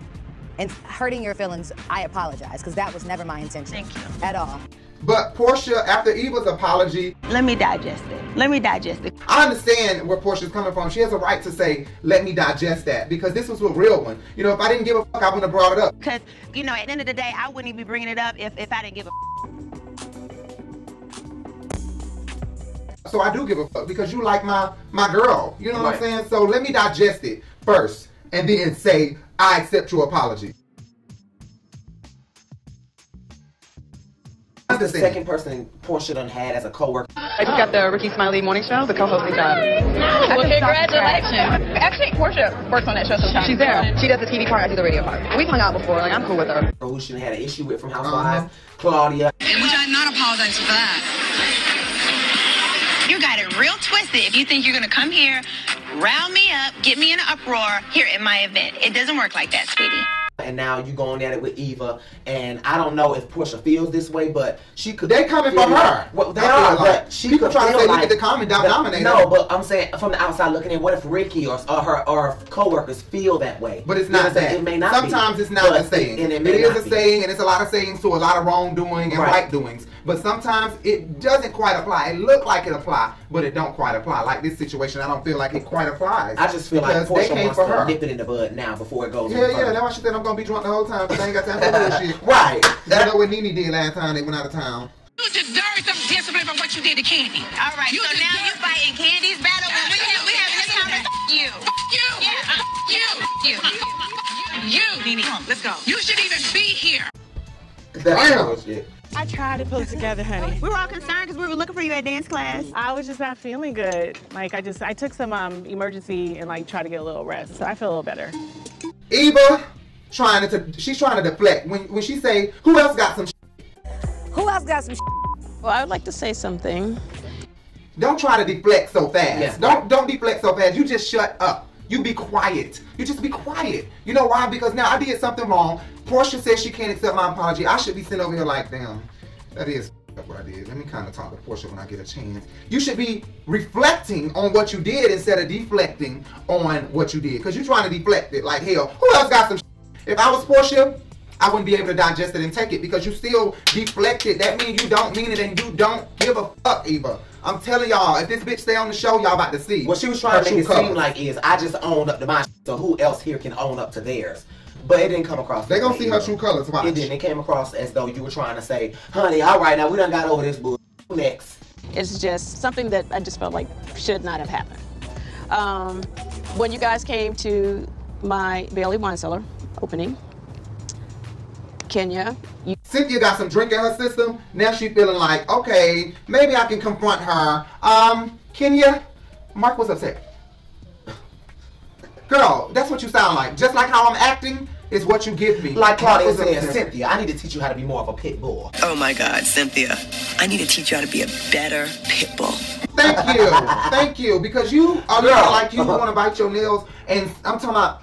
[SPEAKER 11] And hurting your feelings, I apologize because that was never my intention. Thank you. At all.
[SPEAKER 1] But Portia, after Eva's apology,
[SPEAKER 7] let me digest it. Let me digest it.
[SPEAKER 1] I understand where Portia's coming from. She has a right to say, "Let me digest that," because this was a real one. You know, if I didn't give a fuck, I wouldn't have brought it up.
[SPEAKER 7] Because, you know, at the end of the day, I wouldn't even be bringing it up if, if I didn't give a
[SPEAKER 1] So I do give a fuck because you like my my girl. You know what I'm saying? So let me digest it first, and then say, "I accept your apology."
[SPEAKER 3] I'm the second person Portia done had as a coworker.
[SPEAKER 4] I just got the Ricky Smiley morning show, the uh, co-hosting job. Well, congratulations. Actually, Portia works on that show sometimes. She's there. She does the TV part, I do the radio part. We've hung out before, like I'm cool with her.
[SPEAKER 3] Who she had an issue with from
[SPEAKER 1] Uh-huh.
[SPEAKER 3] Housewives, Claudia.
[SPEAKER 4] And which I'm not apologizing for that.
[SPEAKER 7] You got it real twisted if you think you're going to come here, round me up, get me in an uproar here at my event. It doesn't work like that, sweetie.
[SPEAKER 3] And now you going at it with Eva, and I don't know if Portia feels this way, but she could.
[SPEAKER 1] They coming
[SPEAKER 3] feel
[SPEAKER 1] for her.
[SPEAKER 3] Well, they
[SPEAKER 1] They
[SPEAKER 3] are,
[SPEAKER 1] are,
[SPEAKER 3] but
[SPEAKER 1] like,
[SPEAKER 3] she
[SPEAKER 1] people
[SPEAKER 3] could
[SPEAKER 1] trying to
[SPEAKER 3] feel
[SPEAKER 1] say, look
[SPEAKER 3] like,
[SPEAKER 1] at the common dom-
[SPEAKER 3] but-
[SPEAKER 1] dominator.
[SPEAKER 3] No, but I'm saying from the outside looking in, what if Ricky or, or her or her coworkers feel that way?
[SPEAKER 1] But it's
[SPEAKER 3] You know
[SPEAKER 1] not
[SPEAKER 3] what I'm saying?
[SPEAKER 1] that.
[SPEAKER 3] It may not. be.
[SPEAKER 1] Sometimes it's not
[SPEAKER 3] But
[SPEAKER 1] a saying.
[SPEAKER 3] and it may
[SPEAKER 1] it is
[SPEAKER 3] not
[SPEAKER 1] a
[SPEAKER 3] be.
[SPEAKER 1] saying, and it's a lot of sayings to a lot of wrongdoing and
[SPEAKER 3] Right.
[SPEAKER 1] right doings. But sometimes it doesn't quite apply. It look like it apply, but it don't quite apply. Like this situation, I don't feel like it quite applies.
[SPEAKER 3] I just feel like
[SPEAKER 1] Because
[SPEAKER 3] Portia
[SPEAKER 1] they came
[SPEAKER 3] wants
[SPEAKER 1] for
[SPEAKER 3] to
[SPEAKER 1] her.
[SPEAKER 3] nip it in the bud now before it goes.
[SPEAKER 1] Yeah,
[SPEAKER 3] any
[SPEAKER 1] yeah.
[SPEAKER 3] further.
[SPEAKER 1] That's why she said I'm gonna be drunk the whole time because I ain't got time for bullshit.
[SPEAKER 3] Right.
[SPEAKER 1] That's what Nene did last time they went out of town.
[SPEAKER 4] You deserve some discipline for what you did to Candy.
[SPEAKER 7] All right, so now you fighting Candy's battle when we have, we having this conversation. uh, You.
[SPEAKER 4] You. You. You. You. Nene, come on, let's go. You shouldn't even be here.
[SPEAKER 22] I tried to pull it together, honey.
[SPEAKER 7] We were all concerned because we were looking for you at dance class.
[SPEAKER 22] I was just not feeling good. Like I just, I took some um, emergency and like tried to get a little rest, so I feel a little better.
[SPEAKER 1] Eva trying to she's trying to deflect when when she say who else got some.
[SPEAKER 22] Who else got some?
[SPEAKER 12] Well, I would like to say something.
[SPEAKER 1] Don't try to deflect so fast.
[SPEAKER 12] Yeah.
[SPEAKER 1] Don't don't deflect so fast. You just shut up. You be quiet. You just be quiet. You know why? Because now I did something wrong. Portia says she can't accept my apology. I should be sitting over here like, damn, that is f- what I did. Let me kind of talk to Portia when I get a chance. You should be reflecting on what you did instead of deflecting on what you did. Because you're trying to deflect it like hell. Who else got some sh-? If I was Portia, I wouldn't be able to digest it and take it because you still deflect it. That means you don't mean it and you don't give a fuck, Eva. I'm telling y'all, if this bitch stay on the show, y'all about to see.
[SPEAKER 3] What she was trying
[SPEAKER 1] her
[SPEAKER 3] to make
[SPEAKER 1] true
[SPEAKER 3] it seem
[SPEAKER 1] colors.
[SPEAKER 3] like is I just owned up to my shit, so who else here can own up to theirs? But it didn't come across.
[SPEAKER 1] They
[SPEAKER 3] that
[SPEAKER 1] gonna
[SPEAKER 3] way,
[SPEAKER 1] see
[SPEAKER 3] you
[SPEAKER 1] her
[SPEAKER 3] know.
[SPEAKER 1] true colors, watch.
[SPEAKER 3] It didn't. It came across as though you were trying to say, "Honey, all right, now we done got over this bull. Next."
[SPEAKER 12] It's just something that I just felt like should not have happened. Um, when you guys came to my Bailey Wine Cellar opening, Kenya, you
[SPEAKER 1] Cynthia got some drink in her system. Now she feeling like, okay, maybe I can confront her. Um, Kenya, Mark was upset. Girl, that's what you sound like. Just like how I'm acting is what you give me.
[SPEAKER 3] Like Claudia
[SPEAKER 1] Mark was
[SPEAKER 3] said,
[SPEAKER 1] upset.
[SPEAKER 3] Cynthia, I need to teach you how to be more of a pit bull.
[SPEAKER 9] Oh my God, Cynthia. I need to teach you how to be a better pit bull.
[SPEAKER 1] Thank you. Thank you. Because you are not like you want to bite your nails, and I'm talking about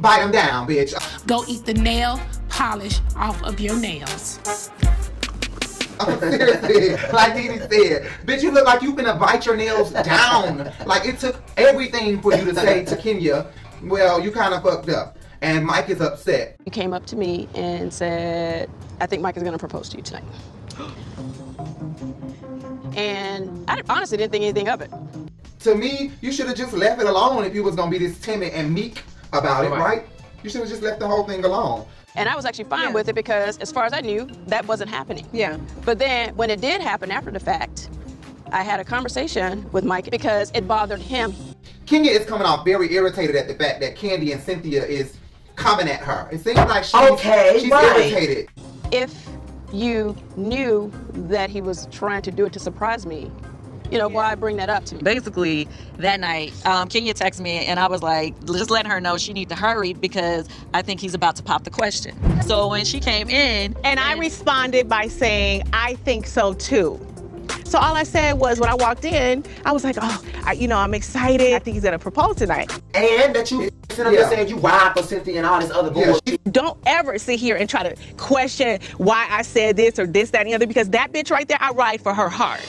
[SPEAKER 1] bite them down, bitch.
[SPEAKER 22] Go eat the nail polish off of your nails.
[SPEAKER 1] Seriously, like Didi said, bitch, you look like you've been to bite your nails down. Like it took everything for you to say to Kenya, well, you kind of fucked up. And Mike is upset.
[SPEAKER 12] you came up to me and said, I think Mike is going to propose to you tonight. And I honestly didn't think anything of it.
[SPEAKER 1] To me, you should have just left it alone if you was gonna be this timid and meek about it,
[SPEAKER 12] Right.
[SPEAKER 1] right? You should have just left the whole thing alone.
[SPEAKER 12] And I was actually fine with it because, as far as I knew, that wasn't happening. Yeah. But then, when it did happen after the fact, I had a conversation with Mike because it bothered him.
[SPEAKER 1] Kenya is coming off very irritated at the fact that Candy and Cynthia is coming at her. It seems like she's,
[SPEAKER 12] Okay,
[SPEAKER 1] she's
[SPEAKER 12] right.
[SPEAKER 1] irritated.
[SPEAKER 12] If you knew that he was trying to do it to surprise me, you know, why bring that up to me?
[SPEAKER 6] Basically, that night, um, Kenya texted me and I was like, just letting her know she need to hurry because I think he's about to pop the question. So when she came in,
[SPEAKER 22] And I responded by saying, I think so too. So all I said was when I walked in, I was like, oh, I, you know, I'm excited. I think he's gonna propose tonight.
[SPEAKER 3] And that you sitting up there saying you ride for Cynthia and all this other bullshit.
[SPEAKER 22] Don't ever sit here and try to question why I said this or this, that, and the other, because that bitch right there, I ride for her hard.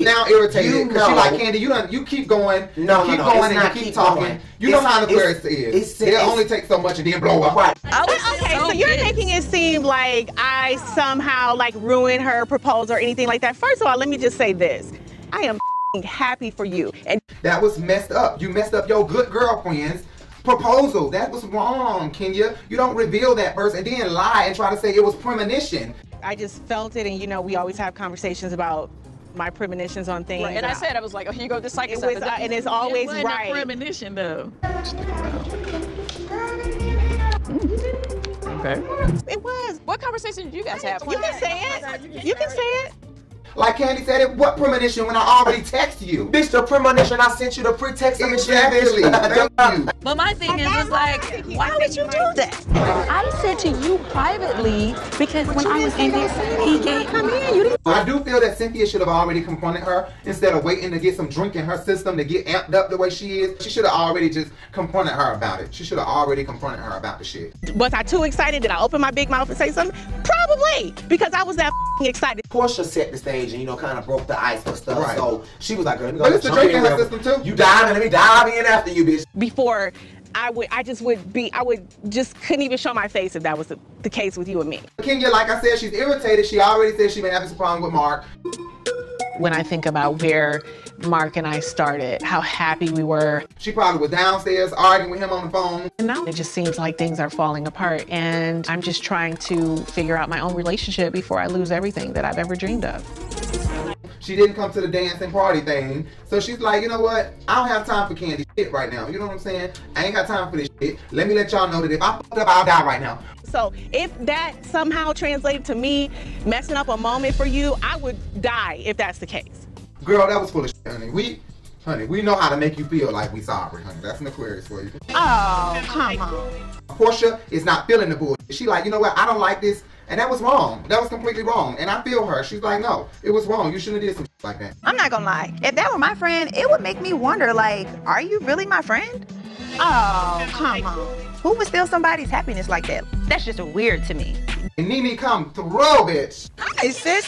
[SPEAKER 1] now irritated because she
[SPEAKER 3] No.
[SPEAKER 1] like Candy. You don't. You keep going.
[SPEAKER 3] No,
[SPEAKER 1] you
[SPEAKER 3] no,
[SPEAKER 1] keep
[SPEAKER 3] no,
[SPEAKER 1] going
[SPEAKER 3] it's
[SPEAKER 1] and
[SPEAKER 3] not
[SPEAKER 1] you keep
[SPEAKER 3] keep
[SPEAKER 1] talking.
[SPEAKER 3] going.
[SPEAKER 1] You know
[SPEAKER 3] It's-
[SPEAKER 1] how the lyrics
[SPEAKER 3] it's-
[SPEAKER 1] is.
[SPEAKER 3] it's-
[SPEAKER 1] They'll
[SPEAKER 3] it's-
[SPEAKER 1] only take so much and then blow up. Right.
[SPEAKER 22] But okay, so you're making it seem like I somehow like ruined her proposal or anything like that. First of all, let me just say this. I am happy for you. And
[SPEAKER 1] That was messed up. You messed up your good girlfriend's proposal. That was wrong, Kenya. You don't reveal that first and then lie and try to say it was premonition.
[SPEAKER 22] I just felt it and you know, we always have conversations about my premonitions on things.
[SPEAKER 12] Right, and I said, I was like, oh, here you go, this cycle.
[SPEAKER 22] It was, uh, and it's always
[SPEAKER 12] wasn't
[SPEAKER 22] right.
[SPEAKER 12] A
[SPEAKER 6] premonition, though.
[SPEAKER 12] It was. What conversation did you guys have?
[SPEAKER 22] You can say it. You can say it.
[SPEAKER 1] Like Candy said, it what premonition when I already text you? Bitch, the premonition I sent you the pretext
[SPEAKER 3] of the shit,
[SPEAKER 1] exactly.
[SPEAKER 3] bitch.
[SPEAKER 1] Thank you.
[SPEAKER 6] But my thing is, was like, why would you do that? I said to you privately because when I was in there, he gave. Come in, you
[SPEAKER 1] I do feel that Cynthia should have already confronted her instead of waiting to get some drink in her system to get amped up the way she is. She should have already just confronted her about it. She should have already confronted her about the shit.
[SPEAKER 22] Was I too excited? Did I open my big mouth and say something? Probably, because I was that excited.
[SPEAKER 3] Portia set the stage and you know kind of broke the ice and stuff. So she was like, "Girl, let me go
[SPEAKER 1] But it's the
[SPEAKER 3] jump
[SPEAKER 1] Drake
[SPEAKER 3] in
[SPEAKER 1] in her
[SPEAKER 3] real-
[SPEAKER 1] system, too.
[SPEAKER 3] You dive in, let me dive in after you, bitch."
[SPEAKER 22] Before I would, I just would be, I would just couldn't even show my face if that was the, the case with you and me.
[SPEAKER 1] Kenya, like I said, she's irritated. She already said she been having some problem with Mark.
[SPEAKER 38] When I think about where Mark and I started, how happy we were,
[SPEAKER 1] She probably was downstairs arguing with him on the phone.
[SPEAKER 38] and now it just seems like things are falling apart. And I'm just trying to figure out my own relationship before I lose everything that I've ever dreamed of.
[SPEAKER 1] She didn't come to the dance and party thing. So she's like, you know what? I don't have time for candy shit right now. You know what I'm saying? I ain't got time for this shit. Let me let y'all know that if I fuck up, I'll die right now.
[SPEAKER 22] So if that somehow translated to me messing up a moment for you, I would die if that's the case.
[SPEAKER 1] Girl, that was full of shit, honey. We, honey, we know how to make you feel like we sorry, honey. That's an Aquarius for you.
[SPEAKER 22] Oh, come on.
[SPEAKER 1] Portia is not feeling the bullshit. She like, you know what? I don't like this. And that was wrong. That was completely wrong. And I feel her. She's like, no, it was wrong. You shouldn't have did some shit like that.
[SPEAKER 7] I'm not gonna lie. If that were my friend, it would make me wonder, like, are you really my friend? Oh, come on. Who would steal somebody's happiness like that? That's just weird to me.
[SPEAKER 1] And Nene come through, bitch.
[SPEAKER 7] Hi, sis.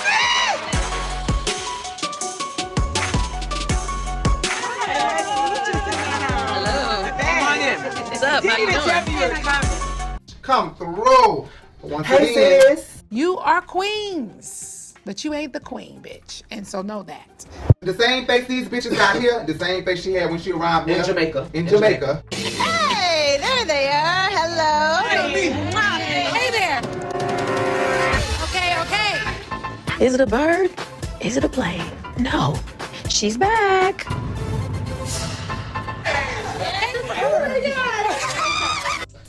[SPEAKER 39] What's up?
[SPEAKER 1] How you Come through. Once again.
[SPEAKER 4] You are queens, but you ain't the queen, bitch. And so know that.
[SPEAKER 1] The same face these bitches got here, the same face she had when she arrived
[SPEAKER 3] In
[SPEAKER 1] here.
[SPEAKER 3] Jamaica.
[SPEAKER 1] In
[SPEAKER 3] In
[SPEAKER 1] Jamaica.
[SPEAKER 39] Hey, there they are. Hello. Hey, hey there. Okay, okay.
[SPEAKER 40] Is it a bird? Is it a plane? No. She's back.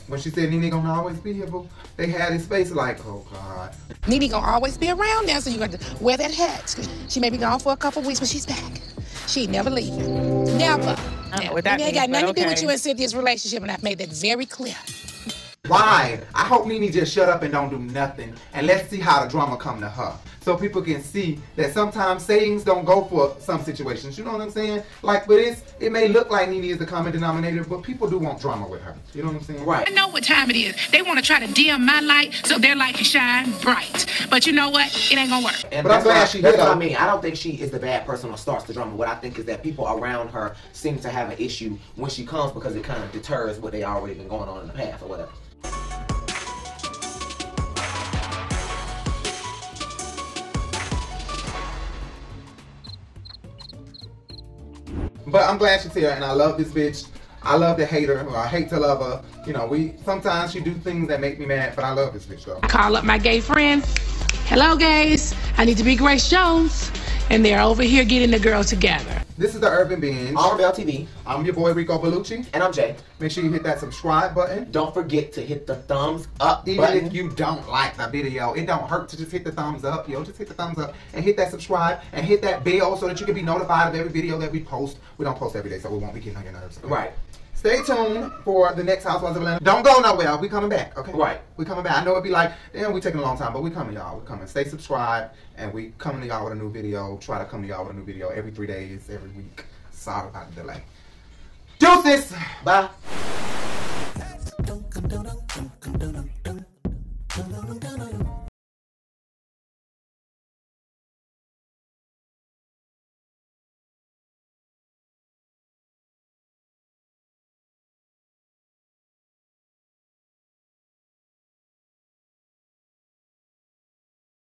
[SPEAKER 1] When she said Nene gonna always be here, boo, they had his face like, oh God.
[SPEAKER 4] Nene gonna always be around now, so you gotta wear that hat. She may be gone for a couple weeks, but she's back. She ain't never leaving. Never.
[SPEAKER 22] I don't know what
[SPEAKER 4] That
[SPEAKER 22] that
[SPEAKER 4] ain't
[SPEAKER 22] means,
[SPEAKER 4] got
[SPEAKER 22] but
[SPEAKER 4] nothing to do with
[SPEAKER 22] okay.
[SPEAKER 4] you and Cynthia's relationship, and I've made that very clear.
[SPEAKER 1] Why? I hope Nene just shut up and don't do nothing. And let's see how the drama come to her. So people can see that sometimes sayings don't go for some situations. You know what I'm saying? Like, but it's it may look like Nene is the common denominator, but people do want drama with her. You know what I'm saying?
[SPEAKER 4] I know what time it is. They want to try to dim my light so their light can shine bright. But you know what? It ain't gonna work.
[SPEAKER 3] And
[SPEAKER 1] But I'm
[SPEAKER 3] that's
[SPEAKER 1] glad
[SPEAKER 3] what-
[SPEAKER 1] she
[SPEAKER 3] That's
[SPEAKER 1] hit
[SPEAKER 3] what I
[SPEAKER 1] her.
[SPEAKER 3] mean. I don't think she is the bad person who starts the drama. What I think is that people around her seem to have an issue when she comes because it kind of deters what they already been going on in the past or whatever.
[SPEAKER 1] But I'm glad she's here, and I love this bitch. I love to hate her, or I hate to love her. You know, we sometimes she do things that make me mad, but I love this bitch though.
[SPEAKER 4] I call up my gay friend. Hello, gays. I need to be Grace Jones. And they're over here getting the girls together.
[SPEAKER 1] This is the Urban Binge. Arabelle TV. I'm your boy Rico Bellucci. And I'm Jay. Make sure you hit that subscribe button. Don't forget to hit the thumbs up Even
[SPEAKER 3] button.
[SPEAKER 1] if you don't like the video, it don't hurt to just hit the thumbs up. Yo, just hit the thumbs up and hit that subscribe and hit that bell so that you can be notified of every video that we post. We don't post every day, so we won't be getting on your nerves. okay?
[SPEAKER 3] Right.
[SPEAKER 1] Stay tuned for the next Housewives of Atlanta. Don't go nowhere. We coming back, okay? Right. We coming back. I know it'd be like, damn, we taking a long time, but we coming, y'all. We coming. Stay subscribed, and we coming to y'all with a new video. Try to come to y'all with a new video every three days, every week. Sorry about the delay. Deuces. Bye.